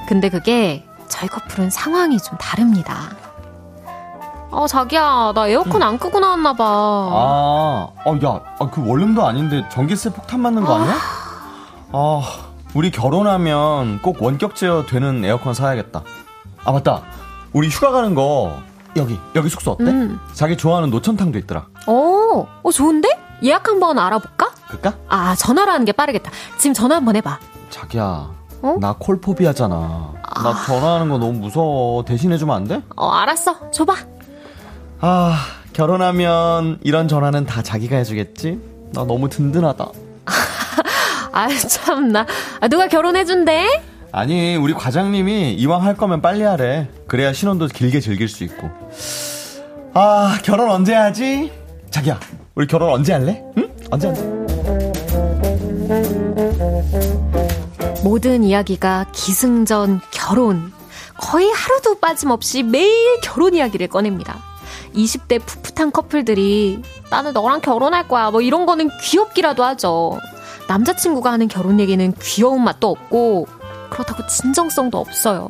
J: 근데 그게 저희 커플은 상황이 좀 다릅니다. 어, 자기야, 나 에어컨 안 끄고 나왔나봐.
I: 아, 어, 야, 아, 그 원룸도 아닌데 전기세 폭탄 맞는 거 아니야? 아, 우리 결혼하면 꼭 원격 제어 되는 에어컨 사야겠다. 아, 맞다. 우리 휴가 가는 거 여기, 여기 숙소
D: 네?
I: 어때?
J: 음.
I: 자기 좋아하는 노천탕도 있더라.
J: 어, 어, 좋은데? 예약 한번 알아볼까?
I: 그럴까?
J: 아, 전화로 하는 게 빠르겠다. 지금 전화 한번 해봐.
I: 자기야,
J: 어?
I: 나 콜포비아잖아. 나 전화하는 거 너무 무서워. 대신해주면 안 돼?
J: 어, 알았어. 줘봐.
I: 아, 결혼하면 이런 전화는 다 자기가 해주겠지? 나 너무 든든하다.
J: 아유, 참나. 아, 누가 결혼해준대?
I: 아니 우리 과장님이 이왕 할 거면 빨리 하래 그래야 신혼도 길게 즐길 수 있고 아 결혼 언제 하지 자기야 우리 결혼 언제 할래 응 언제 언제
J: 모든 이야기가 기승전 결혼. 거의 하루도 빠짐없이 매일 결혼 이야기를 꺼냅니다. 20대 풋풋한 커플들이 나는 너랑 결혼할 거야. 뭐 이런 거는 귀엽기라도 하죠. 남자친구가 하는 결혼 얘기는 귀여운 맛도 없고, 그렇다고 진정성도 없어요.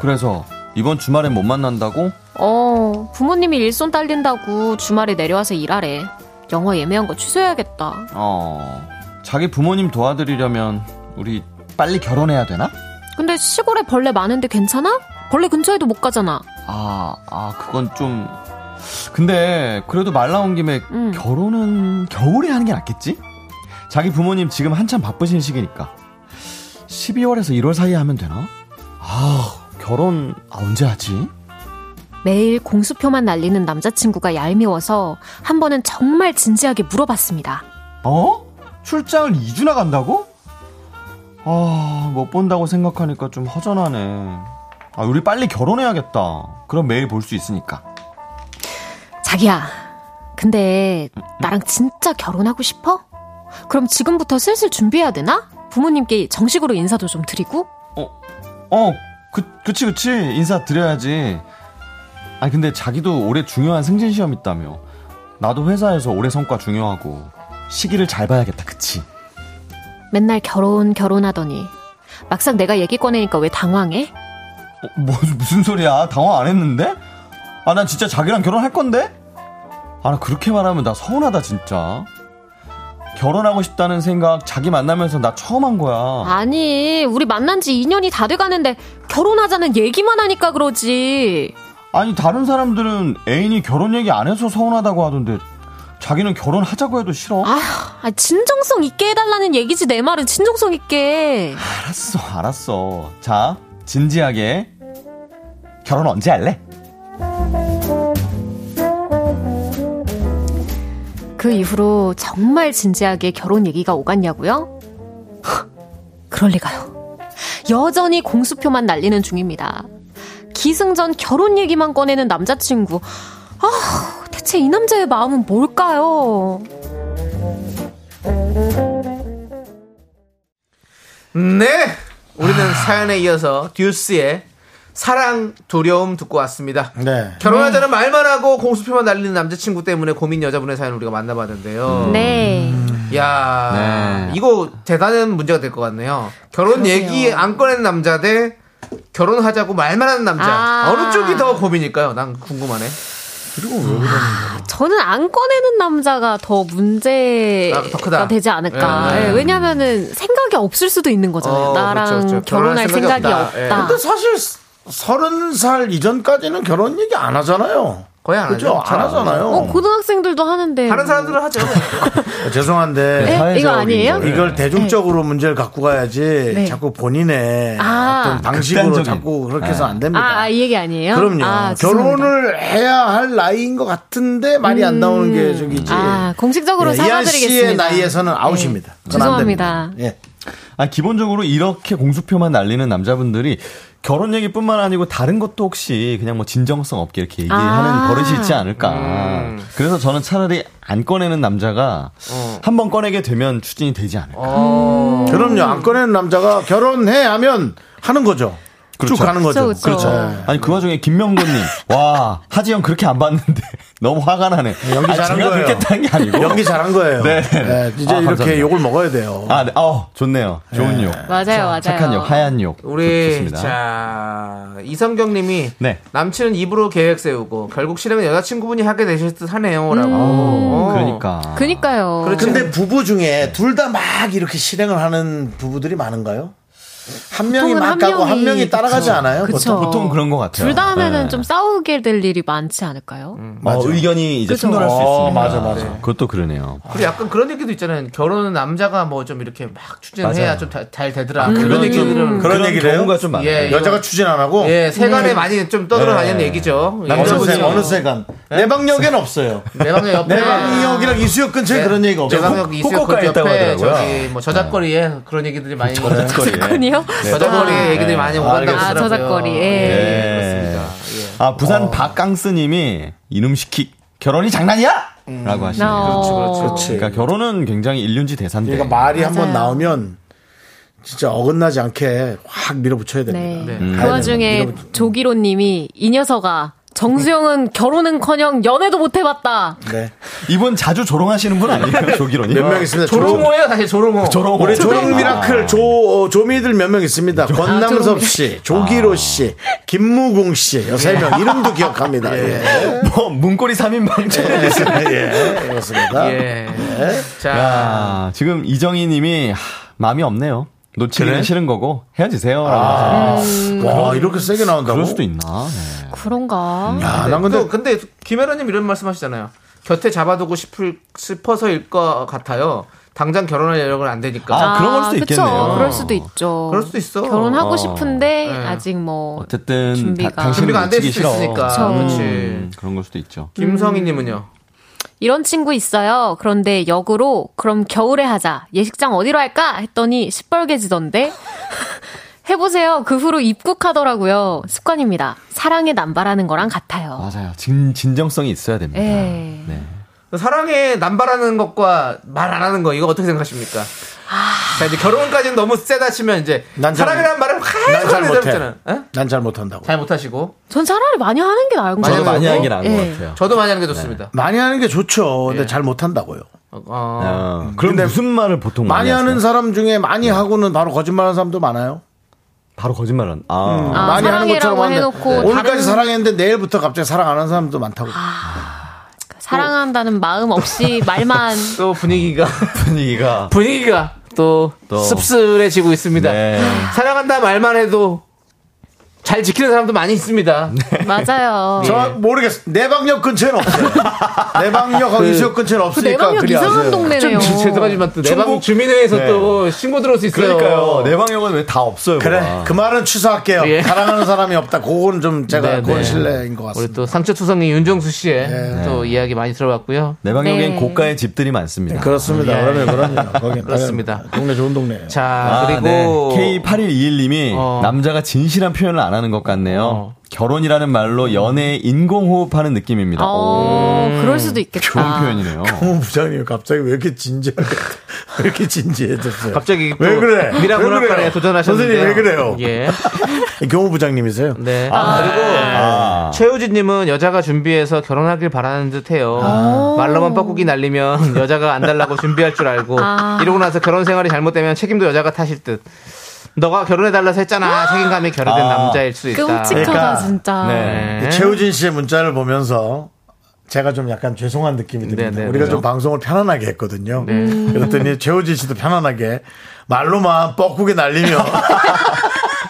I: 그래서 이번 주말엔 못 만난다고
J: 어, 부모님이 일손 딸린다고 주말에 내려와서 일하래. 영어 예매한 거 취소해야겠다.
I: 어 자기 부모님 도와드리려면 우리 빨리 결혼해야 되나
J: 근데 시골에 벌레 많은데 괜찮아? 벌레 근처에도 못 가잖아.
I: 아, 아, 그건 좀. 근데 그래도 말 나온 김에
J: 음.
I: 결혼은 겨울에 하는 게 낫겠지? 자기 부모님 지금 한참 바쁘신 시기니까. 12월에서 1월 사이에 하면 되나? 아, 결혼 아, 언제 하지?
J: 매일 공수표만 날리는 남자친구가 얄미워서 한 번은 정말 진지하게 물어봤습니다.
I: 어? 출장을 2주나 간다고? 아, 못 본다고 생각하니까 좀 허전하네. 아, 우리 빨리 결혼해야겠다. 그럼 매일 볼 수 있으니까.
J: 자기야, 근데 나랑 진짜 결혼하고 싶어? 그럼 지금부터 슬슬 준비해야 되나? 부모님께 정식으로 인사도 좀 드리고?
I: 어, 그, 그치, 그치. 인사드려야지. 아니, 근데 자기도 올해 중요한 승진시험 있다며. 나도 회사에서 올해 성과 중요하고. 시기를 잘 봐야겠다, 그치?
J: 맨날 결혼, 결혼하더니 막상 내가 얘기 꺼내니까 왜 당황해?
I: 어, 뭐, 무슨 소리야. 당황 안 했는데? 아, 난 진짜 자기랑 결혼할 건데? 아, 나 그렇게 말하면 나 서운하다, 진짜. 결혼하고 싶다는 생각 자기 만나면서 나 처음 한 거야.
J: 아니, 우리 만난 지 2년이 다 돼가는데 결혼하자는 얘기만 하니까 그러지.
I: 아니, 다른 사람들은 애인이 결혼 얘기 안 해서 서운하다고 하던데 자기는 결혼하자고 해도 싫어?
J: 아휴, 아, 진정성 있게 해달라는 얘기지, 내 말은 진정성 있게.
I: 알았어, 알았어. 자, 진지하게. 결혼 언제 할래?
J: 그 이후로 정말 진지하게 결혼 얘기가 오갔냐고요? 헉, 그럴 리가요. 여전히 공수표만 날리는 중입니다. 기승전 결혼 얘기만 꺼내는 남자친구. 아, 대체 이 남자의 마음은 뭘까요?
B: 네! 우리는
I: 아.
B: 사연에 이어서 듀스의 사랑 두려움 듣고 왔습니다.
A: 네.
B: 결혼하자는 말만 하고 공수표만 날리는 남자친구 때문에 고민 여자분의 사연 우리가 만나봤는데요.
J: 네.
I: 네.
B: 야 이거 대단한 문제가 될 것 같네요. 결혼 얘기 안 꺼내는 남자 대 결혼하자고 말만 하는 남자.
J: 아.
B: 어느 쪽이 더 고민일까요? 난 궁금하네.
A: 그리고 왜 그러는
J: 저는 안 꺼내는 남자가 더 문제가
B: 아, 더 크다.
J: 되지 않을까.
B: 예, 예.
J: 예, 왜냐면은 생각이 없을 수도 있는 거잖아요.
B: 어,
J: 나랑
B: 그렇죠, 그렇죠.
J: 결혼할 생각이, 없다.
B: 예.
A: 근데 사실 서른 살 이전까지는 결혼 얘기 안 하잖아요.
B: 거의 안
A: 그죠?
B: 하죠. 잘
A: 안
B: 안
A: 하잖아요.
J: 어, 고등학생들도 하는데.
B: 다른 사람들은 하죠.
A: 어,
I: 네,
A: 죄송한데
J: 예? 이거 아니에요?
A: 이걸 대중적으로 문제를 갖고 가야지
J: 네.
A: 자꾸 본인의
J: 아.
A: 어떤 방식으로
I: 극단적인.
A: 자꾸 그렇게 해서 안 됩니다.
J: 아, 아, 이 얘기 아니에요?
A: 그럼요.
J: 아, 죄송합니다.
A: 결혼을 해야 할 나이인 것 같은데 말이 안 나오는 게 저기지.
J: 음. 아, 공식적으로
A: 예, 이한
J: 사과드리겠습니다. 예, 네.
A: 씨의 나이에서는 아웃입니다. 그건 안
J: 죄송합니다.
A: 됩니다. 예.
I: 아, 기본적으로 이렇게 공수표만 날리는 남자분들이 결혼 얘기뿐만 아니고 다른 것도 혹시 그냥 뭐 진정성 없게 이렇게 얘기하는
J: 아.
I: 버릇이 있지 않을까. 그래서 저는 차라리 안 꺼내는 남자가 한 번 꺼내게 되면 추진이 되지 않을까.
B: 어.
J: 어.
A: 그럼요. 안 꺼내는 남자가 결혼해 하면 하는 거죠. 쭉 가는 거죠.
J: 그렇죠, 그렇죠.
A: 네.
I: 아니 그 와중에 김명곤님 와 하지영 그렇게 안 봤는데 너무 화가 나네.
A: 연기
I: 아니,
A: 잘한
I: 제가
A: 거예요.
I: 그렇게 딴게 아니고
A: 연기 잘한 거예요.
I: 네.
A: 네, 이제
I: 아,
A: 이렇게
I: 감사합니다.
A: 욕을 먹어야 돼요.
I: 아, 네. 어, 좋네요. 좋은 욕.
A: 예.
J: 맞아요, 맞아요.
I: 착한 욕, 하얀 욕. 좋-
B: 우리
I: 좋습니다.
B: 자 이성경님이
I: 네.
B: 남친은 입으로 계획 세우고 결국 실행은 여자친구분이 하게 되실 듯 하네요라고. 어.
I: 음. 그러니까.
J: 그니까요.
A: 근데 부부 중에 둘 다 막 이렇게 실행을 하는 부부들이 많은가요? 한 명이
J: 보통은
A: 막
J: 한
A: 가고 한
J: 명이
A: 명이 따라가지
J: 그쵸.
A: 않아요? 예.
J: 그쵸.
A: 보통?
I: 보통 그런 것 같아요.
J: 둘 다 하면은
I: 네.
J: 좀 싸우게 될 일이 많지 않을까요?
I: 어, 의견이 이제
J: 그죠.
I: 충돌할 수
A: 어,
I: 있으니까.
A: 맞아, 맞아.
I: 그것도 그러네요.
B: 그리고 약간 그런 얘기도 있잖아요. 결혼은 남자가 뭐 좀 이렇게 막 추진해야
I: 맞아요.
B: 좀 잘 되더라. 그런 얘기 들으면
A: 그런 얘기를 해요?
I: 경우가 좀 많아요.
B: 예,
A: 여자가 추진 안 하고
B: 예, 세간에 많이 좀 떠들어다니는 얘기죠.
I: 음.
B: 예.
A: 어느새 어느새간
I: 네?
A: 내 방역엔 없어요.
B: 내 방역 옆에
A: 내 방역이랑 이수역 근처에 그런 얘기가
B: 네. 내
A: 없어요.
B: 방역 이수역
I: 후쿠오카에
B: 그
I: 있다고
B: 옆에
I: 하더라고요.
B: 저기 뭐 저작거리에 그런 얘기들이 많이
I: 저작거리에.
J: 아니요?
B: 저작거리에
J: 아,
B: 얘기들이 많이 오간다고
J: 아,
B: 하더라고요. 네.
J: 저작거리. 예.
I: 네.
B: 그렇습니다. 예.
I: 아, 부산 박강스님이 이놈 시키 결혼이 장난이야! 라고 하시네요.
J: 어. 그렇지, 그렇지.
I: 그러니까 결혼은 굉장히 일륜지 대사인데.
A: 그러니까 말이 한 번
J: 맞아요.
A: 나오면 진짜 어긋나지 않게 확 밀어붙여야 됩니다.
J: 네.
B: 네.
J: 그 와중에 조기로님이 이 녀석아 정수영은 결혼은커녕 연애도 못 해봤다.
A: 네.
I: 이분 자주 조롱하시는 분 아니에요? 조기론이.
A: 몇 명 있습니다.
B: 조롱호예요, 사실 조롱호.
I: 조롱.
A: 우리 조롱
I: 아.
A: 미라클 조 어, 조미들 몇 명 있습니다. 권남섭 씨,
I: 아.
A: 조기로 씨, 김무궁 씨세명 이름도 기억합니다. 예.
I: 뭐, 문고리 3인방처럼.
A: 예, 그렇습니다.
B: 예. 자,
I: 야, 지금 이정희 님이 하, 마음이 없네요. 놓치기는 싫은 거고 헤어지세요. 라고 하셨는데
A: 아. 와 이렇게 세게
I: 아.
A: 나온다고?
I: 그럴 수도 있나. 네.
J: 그런가?
A: 야,
B: 근데,
A: 아, 난 근데
B: 또, 네. 근데 김혜라님 이런 말씀 하시잖아요. 곁에 잡아두고 싶을, 싶어서일 것 같아요. 당장 결혼할 여력은 안 되니까.
I: 아, 그런 걸 수도
J: 그쵸.
I: 있겠네요.
J: 그럴 수도 있죠.
B: 그럴 수도 있어.
J: 결혼하고
I: 어.
J: 싶은데 아직 뭐
I: 어쨌든
J: 준비가.
I: 다- 당신은
B: 준비가 안될
I: 놓치기
B: 수도
I: 싫어.
B: 있으니까.
J: 그쵸.
I: 음, 그런 걸 수도 있죠.
B: 김성희님은요.
J: 이런 친구 있어요. 그런데 역으로 그럼 겨울에 하자. 예식장 어디로 할까? 했더니 시뻘개지던데. 해보세요. 그 후로 입국하더라고요. 습관입니다. 사랑의 남바라는 거랑 같아요.
I: 맞아요. 진, 진정성이 있어야 됩니다.
J: 예.
I: 네.
B: 사랑에 남발하는 것과 말 안 하는 거 이거 어떻게 생각하십니까? 자 이제 결혼까지는 너무 세다 치면 이제
A: 난 잘-
B: 사랑이라는 말을
A: 난 잘
B: 하얀
A: 못해.
B: 사람잖아요.
A: 난 잘 못한다고.
B: 예? 잘 못하시고
J: 전 차라리 많이 하는 게 나은 거
I: 저도
J: 같아요.
I: 많이 하는 게 나은
J: 예.
I: 것 같아요.
B: 저도 많이 하는 게 좋습니다.
A: 많이 하는 게 좋죠.
I: 예.
A: 근데 잘 못한다고요.
B: 어, 어.
I: 어, 그럼 무슨 말을 보통 많이,
A: 많이 하는
I: 하세요? 네.
A: 사람 중에 많이 하고는 바로 거짓말하는 사람도 많아요.
I: 바로 거짓말은 아.
J: 아,
A: 많이 하는
J: 사랑해라고
I: 네.
A: 것처럼 하는데
J: 해놓고
A: 오늘까지
J: 다른-
A: 사랑했는데 내일부터 갑자기 사랑 안 하는 사람도 많다고.
J: 사랑한다는 마음 없이 말만
B: 또 분위기가
I: 분위기가
B: 분위기가 또,
I: 또.
B: 씁쓸해지고 있습니다.
I: 네.
B: 사랑한다 말만 해도 잘 지키는 사람도 많이 있습니다.
A: 네.
J: 맞아요.
B: 예.
A: 저 모르겠어. 내 방역 근처엔 없어요. 내 방역
B: 그-
A: 의지역 근처엔 없으니까
J: 내방역
A: 그리
J: 이상한
A: 아세요.
J: 동네네요.
B: 좀 죄송하지만 또 내방
A: 중국-
B: 주민회에서
A: 네.
B: 또 신고 들어올 수 있어요.
I: 그러니까요. 내 방역은 왜 다 없어요?
A: 그래
I: 뭐가.
A: 그 말은 취소할게요.
B: 예.
A: 사랑하는 사람이 없다. 그건 좀 제가
B: 네,
A: 그건
B: 네.
A: 신뢰인 것
B: 우리
A: 같습니다.
B: 또 상처투성이 윤정수 씨의
A: 네.
B: 또 이야기 많이 들어봤고요. 예.
I: 내 방역엔
J: 네.
I: 고가의 집들이 많습니다.
A: 그렇습니다. 그러면 그러면 거기
B: 그렇습니다.
A: 동네 좋은 동네예요.
B: 자
I: 아,
B: 그리고
I: 네. K8121님이
B: 어.
I: 남자가 진실한 표현을 안 하는 것 같네요.
B: 어.
I: 결혼이라는 말로 연애에 인공호흡하는 느낌입니다.
J: 어, 그럴 수도
I: 음,
J: 있겠다.
I: 좋은 표현이네요.
A: 너무 부장님 갑자기 왜 이렇게 진지하게 왜 이렇게 진지해졌어요?
B: 갑자기 또
A: 왜 그래?
B: 미라
A: 왜
B: 문학관에
A: 그래요?
B: 도전하셨는데요.
A: 선생님 왜 그래요?
B: 예.
A: 교무 부장님이세요?
B: 네. 그리고
I: 아.
B: 최우진님은 여자가 준비해서 결혼하길 바라는 듯해요.
J: 아.
B: 말로만 뻐꾸기 날리면 여자가 안 달라고 준비할 줄 알고
J: 아.
B: 이러고 나서 결혼 생활이 잘못되면 책임도 여자가 타실 듯. 너가 결혼해 달라서 했잖아. 책임감이 결여된
I: 아.
B: 남자일 수 있다.
J: 끔찍하다
A: 그러니까.
J: 진짜.
I: 네.
B: 네.
A: 최우진 씨의 문자를 보면서 제가 좀 약간 죄송한 느낌이 듭니다.
B: 네, 네,
A: 우리가
B: 네.
A: 좀 방송을 편안하게 했거든요. 그랬더니 최우진 씨도 편안하게 말로만 뻐꾸게 날리며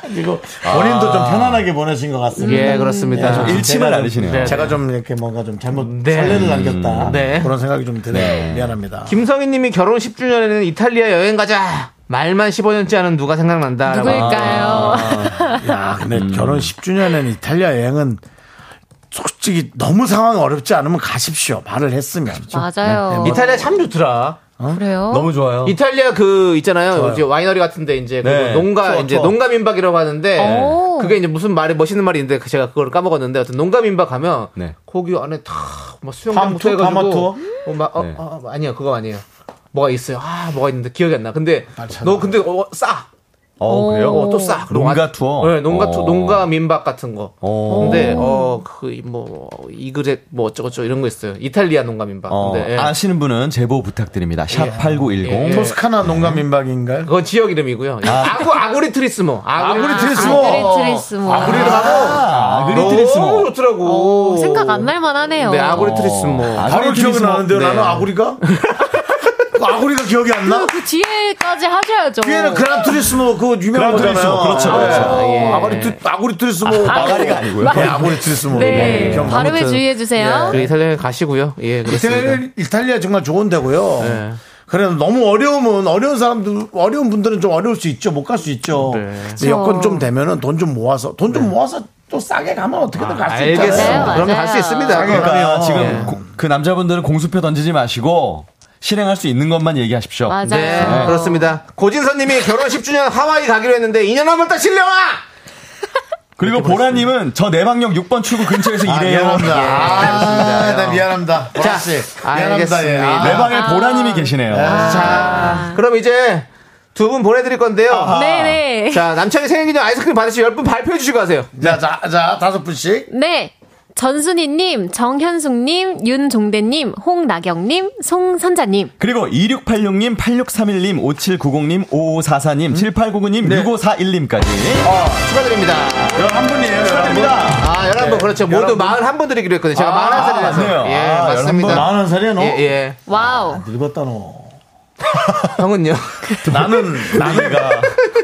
A: 그리고 본인도 좀 편안하게 보내신 것 같습니다.
B: 예, 그렇습니다.
I: 좀 일침을
A: 제가 좀-
I: 날리시네요.
B: 네.
A: 제가 좀 이렇게 뭔가 좀 잘못
B: 네.
A: 설레를 남겼다
B: 네.
A: 그런 생각이 좀 드네요.
I: 네.
A: 미안합니다.
B: 김성희 님이 결혼 10주년에는 이탈리아 여행 가자. 말만 15년째 하는 누가 생각난다. 라고.
J: 누구일까요?
A: 야, 근데 결혼 10주년엔 이탈리아 여행은 솔직히 너무 상황이 어렵지 않으면 가십시오. 말을 했으면.
J: 맞아요. 어?
B: 이탈리아 참 좋더라.
J: 그래요?
I: 너무 좋아요.
B: 이탈리아 그 있잖아요. 이제 와이너리 같은데 이제 그
I: 어. 네.
B: 농가
A: 투어,
B: 이제
A: 투어.
B: 농가 민박이라고 하는데
J: 오.
B: 그게 이제 무슨 말이 멋있는 말이 있는데 그 제가 그걸 까먹었는데 어떤 농가 민박 가면
I: 네.
B: 거기 안에 다막
A: 밤
B: 수영장부터
A: 투어, 밤아
B: 해가지고
A: 투어?
B: 어, 막, 어,
I: 네.
B: 어, 어, 아니야 그거 아니에요. 뭐가 있어요. 아 뭐가 있는데 기억이 안 나. 근데
A: 알잖아.
B: 너 근데 어, 싸.
I: 어, 그래요?
B: 어, 또 싸. 그럼
I: 농가
B: 와-
I: 투어?
B: 네, 농가 투
I: 어.
B: 농가 민박 같은 거.
I: 어.
B: 근데 어그뭐 이그렉 뭐 어쩌고저쩌고 이런 거 있어요. 이탈리아 농가 민박.
I: 어,
B: 근데 예.
I: 아시는 분은 제보 부탁드립니다. 샵 8910.
B: 예.
A: 토스카나 농가 민박인가요?
B: 그건 지역 이름이고요. 예. 아구 아구리 트리스모. 아구리
J: 아그리 트리스모.
I: 아,
B: 너무
I: 그리트리스모.
B: 좋더라고.
J: 오, 생각 안 날만 하네요.
B: 네, 아구리 트리스모.
I: 아,
A: 바로 기억이
I: 아그리트리스모.
A: 나는데요.
B: 네.
A: 나는 아구리가? 그 아구리가 기억이 안 나?
J: 그,
I: 그렇죠.
J: 그 뒤에까지 하셔야죠.
A: 뒤에는 그란투리스모 그거 유명한
I: 그란
A: 거잖아요.
I: 투리스모, 그렇죠, 그렇죠.
A: 아,
B: 예.
A: 아구리, 투, 아구리 투리스모
I: 아가리가 아니고요.
A: 네, 아구리 투리스모.
J: 네.
A: 기억 나.
J: 발음에
B: 아무튼,
J: 주의해주세요.
B: 그 이탈리아에 가시고요. 예,
I: 네.
B: 그렇습니다.
A: 이탈리아, 이탈리아 정말 좋은 데고요.
B: 네.
A: 그래 너무 어려우면 어려운 사람들 어려운 분들은 좀 어려울 수 있죠 못 갈 수 있죠
B: 네.
I: 그렇죠.
A: 근데 여건 좀 되면은 돈 좀 모아서 돈 좀
I: 네.
A: 모아서 또 싸게 가면 어떻게든 갈 수
B: 알겠습니다.
J: 네, 맞아요,
A: 있잖아요
B: 네, 그러면
J: 맞아요.
B: 갈 수 있습니다.
I: 그러니까 지금
B: 예.
I: 고- 그 남자분들은 공수표 던지지 마시고 실행할 수 있는 것만 얘기하십시오.
J: 맞아요.
B: 네, 그렇습니다. 고진선님이 결혼 10주년 하와이 가기로 했는데 2년 한번 딱 실려와.
I: 그리고 보라님은 저 내방역 6번 출구 근처에서
A: 아,
I: 일해요. 예.
A: 미안합니다 아,
B: 알겠습니다.
A: 나 미안합니다
B: 자,
A: 보라씨 미안합니다 예.
B: 알겠습니다.
A: 아,
I: 네, 내방에 보라님이 계시네요.
B: 자,
J: 아.
B: 그럼 이제 두 분 보내드릴 건데요.
J: 네네.
B: 자, 남창희 생일기념 아이스크림 받으시고 10분 발표해 주시고 하세요.
A: 자, 자, 자 다섯 분씩
J: 네. 전순희님, 정현숙님, 윤종대님, 홍나경님, 송선자님.
I: 그리고 2686님, 8631님, 5790님, 5544님, 7899님, 6541님까지.
B: 아, 뭐, 네. 축하드립니다.
A: 11분이에요
I: 축하드립니다.
B: 아, 11분, 그렇죠. 모두 41분 드리기로 했거든요. 제가
I: 아,
B: 41살이라서.
I: 맞네요.
B: 예,
I: 아,
B: 맞습니다.
A: 41 살이야, 너?
B: 예, 예.
J: 와우.
A: 늙었다 너
B: 형은요?
A: 나는 나는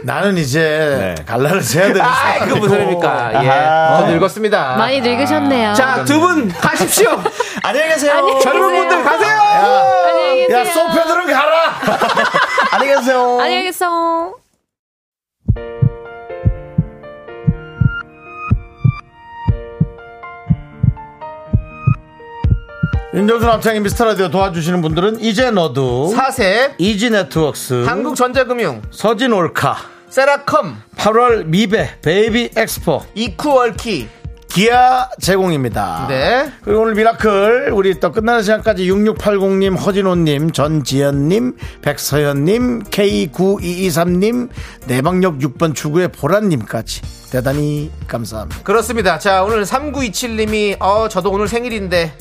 A: 나는 이제 갈라를 세야 되는
B: 아, 그거 무슨 소리입니까?
I: 아하.
B: 예. 저 늙었습니다.
J: 많이 늙으셨네요.
B: 자, 두 분 가십시오.
I: 안녕히 계세요.
J: 안녕히
B: 젊은
J: 계세요.
B: 분들 가세요.
J: 안녕히 계세요.
A: 야 소패들은 가라
I: 안녕히 계세요.
J: 안녕히 계세요.
A: 윤정수 남창의 미스터라디오 도와주시는 분들은 이제 너도
B: 사세,
A: 이지네트웍스
B: 한국전자금융,
A: 서진올카
B: 세라컴,
A: 8월 미베 베이비 엑스포
B: 이쿠얼키.
A: 기아 제공입니다
B: 네.
A: 그리고 오늘 미라클 우리 또 끝나는 시간까지 6680님 허진호님 전지현님 백서현님 K9223님 내방역 6번 출구의 보라님까지 대단히 감사합니다
B: 그렇습니다. 자, 오늘 3927님이, 어, 저도 오늘 생일인데,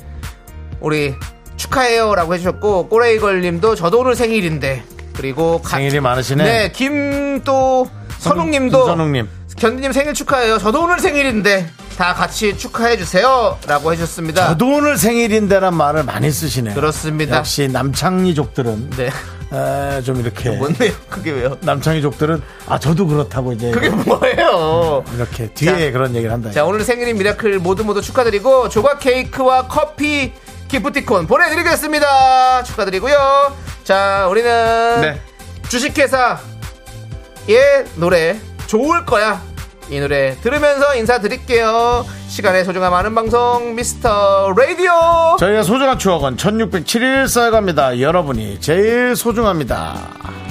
B: 우리 축하해요. 라고 해주셨고, 꼬레이걸 님도 저도 오늘 생일인데, 그리고 가-
A: 생일이 많으시네
B: 네, 김 또 선욱님도
A: 선욱님
B: 견디님 생일 축하해요. 저도 오늘 생일인데 다 같이 축하해 주세요라고 해주셨습니다.
A: 저도 오늘 생일인데란 말을 많이 쓰시네요.
B: 그렇습니다.
A: 역시 남창희족들은
B: 네.
A: 에, 좀 이렇게
B: 뭔데요? 그게 왜요?
A: 남창희족들은 아 저도 그렇다고 이제
B: 그게 뭐예요?
A: 이렇게 뒤에
B: 자,
A: 그런 얘기를 한다.
B: 자 오늘 생일인 미라클 모두 모두 축하드리고 조각 케이크와 커피 기프티콘 보내드리겠습니다. 축하드리고요. 자 우리는
A: 네.
B: 주식회사의 노래 좋을 거야 이 노래 들으면서 인사드릴게요. 시간의 소중함 아는 방송 미스터 라디오.
A: 저희의 소중한 추억은 1607일 쌓여갑니다. 여러분이 제일 소중합니다.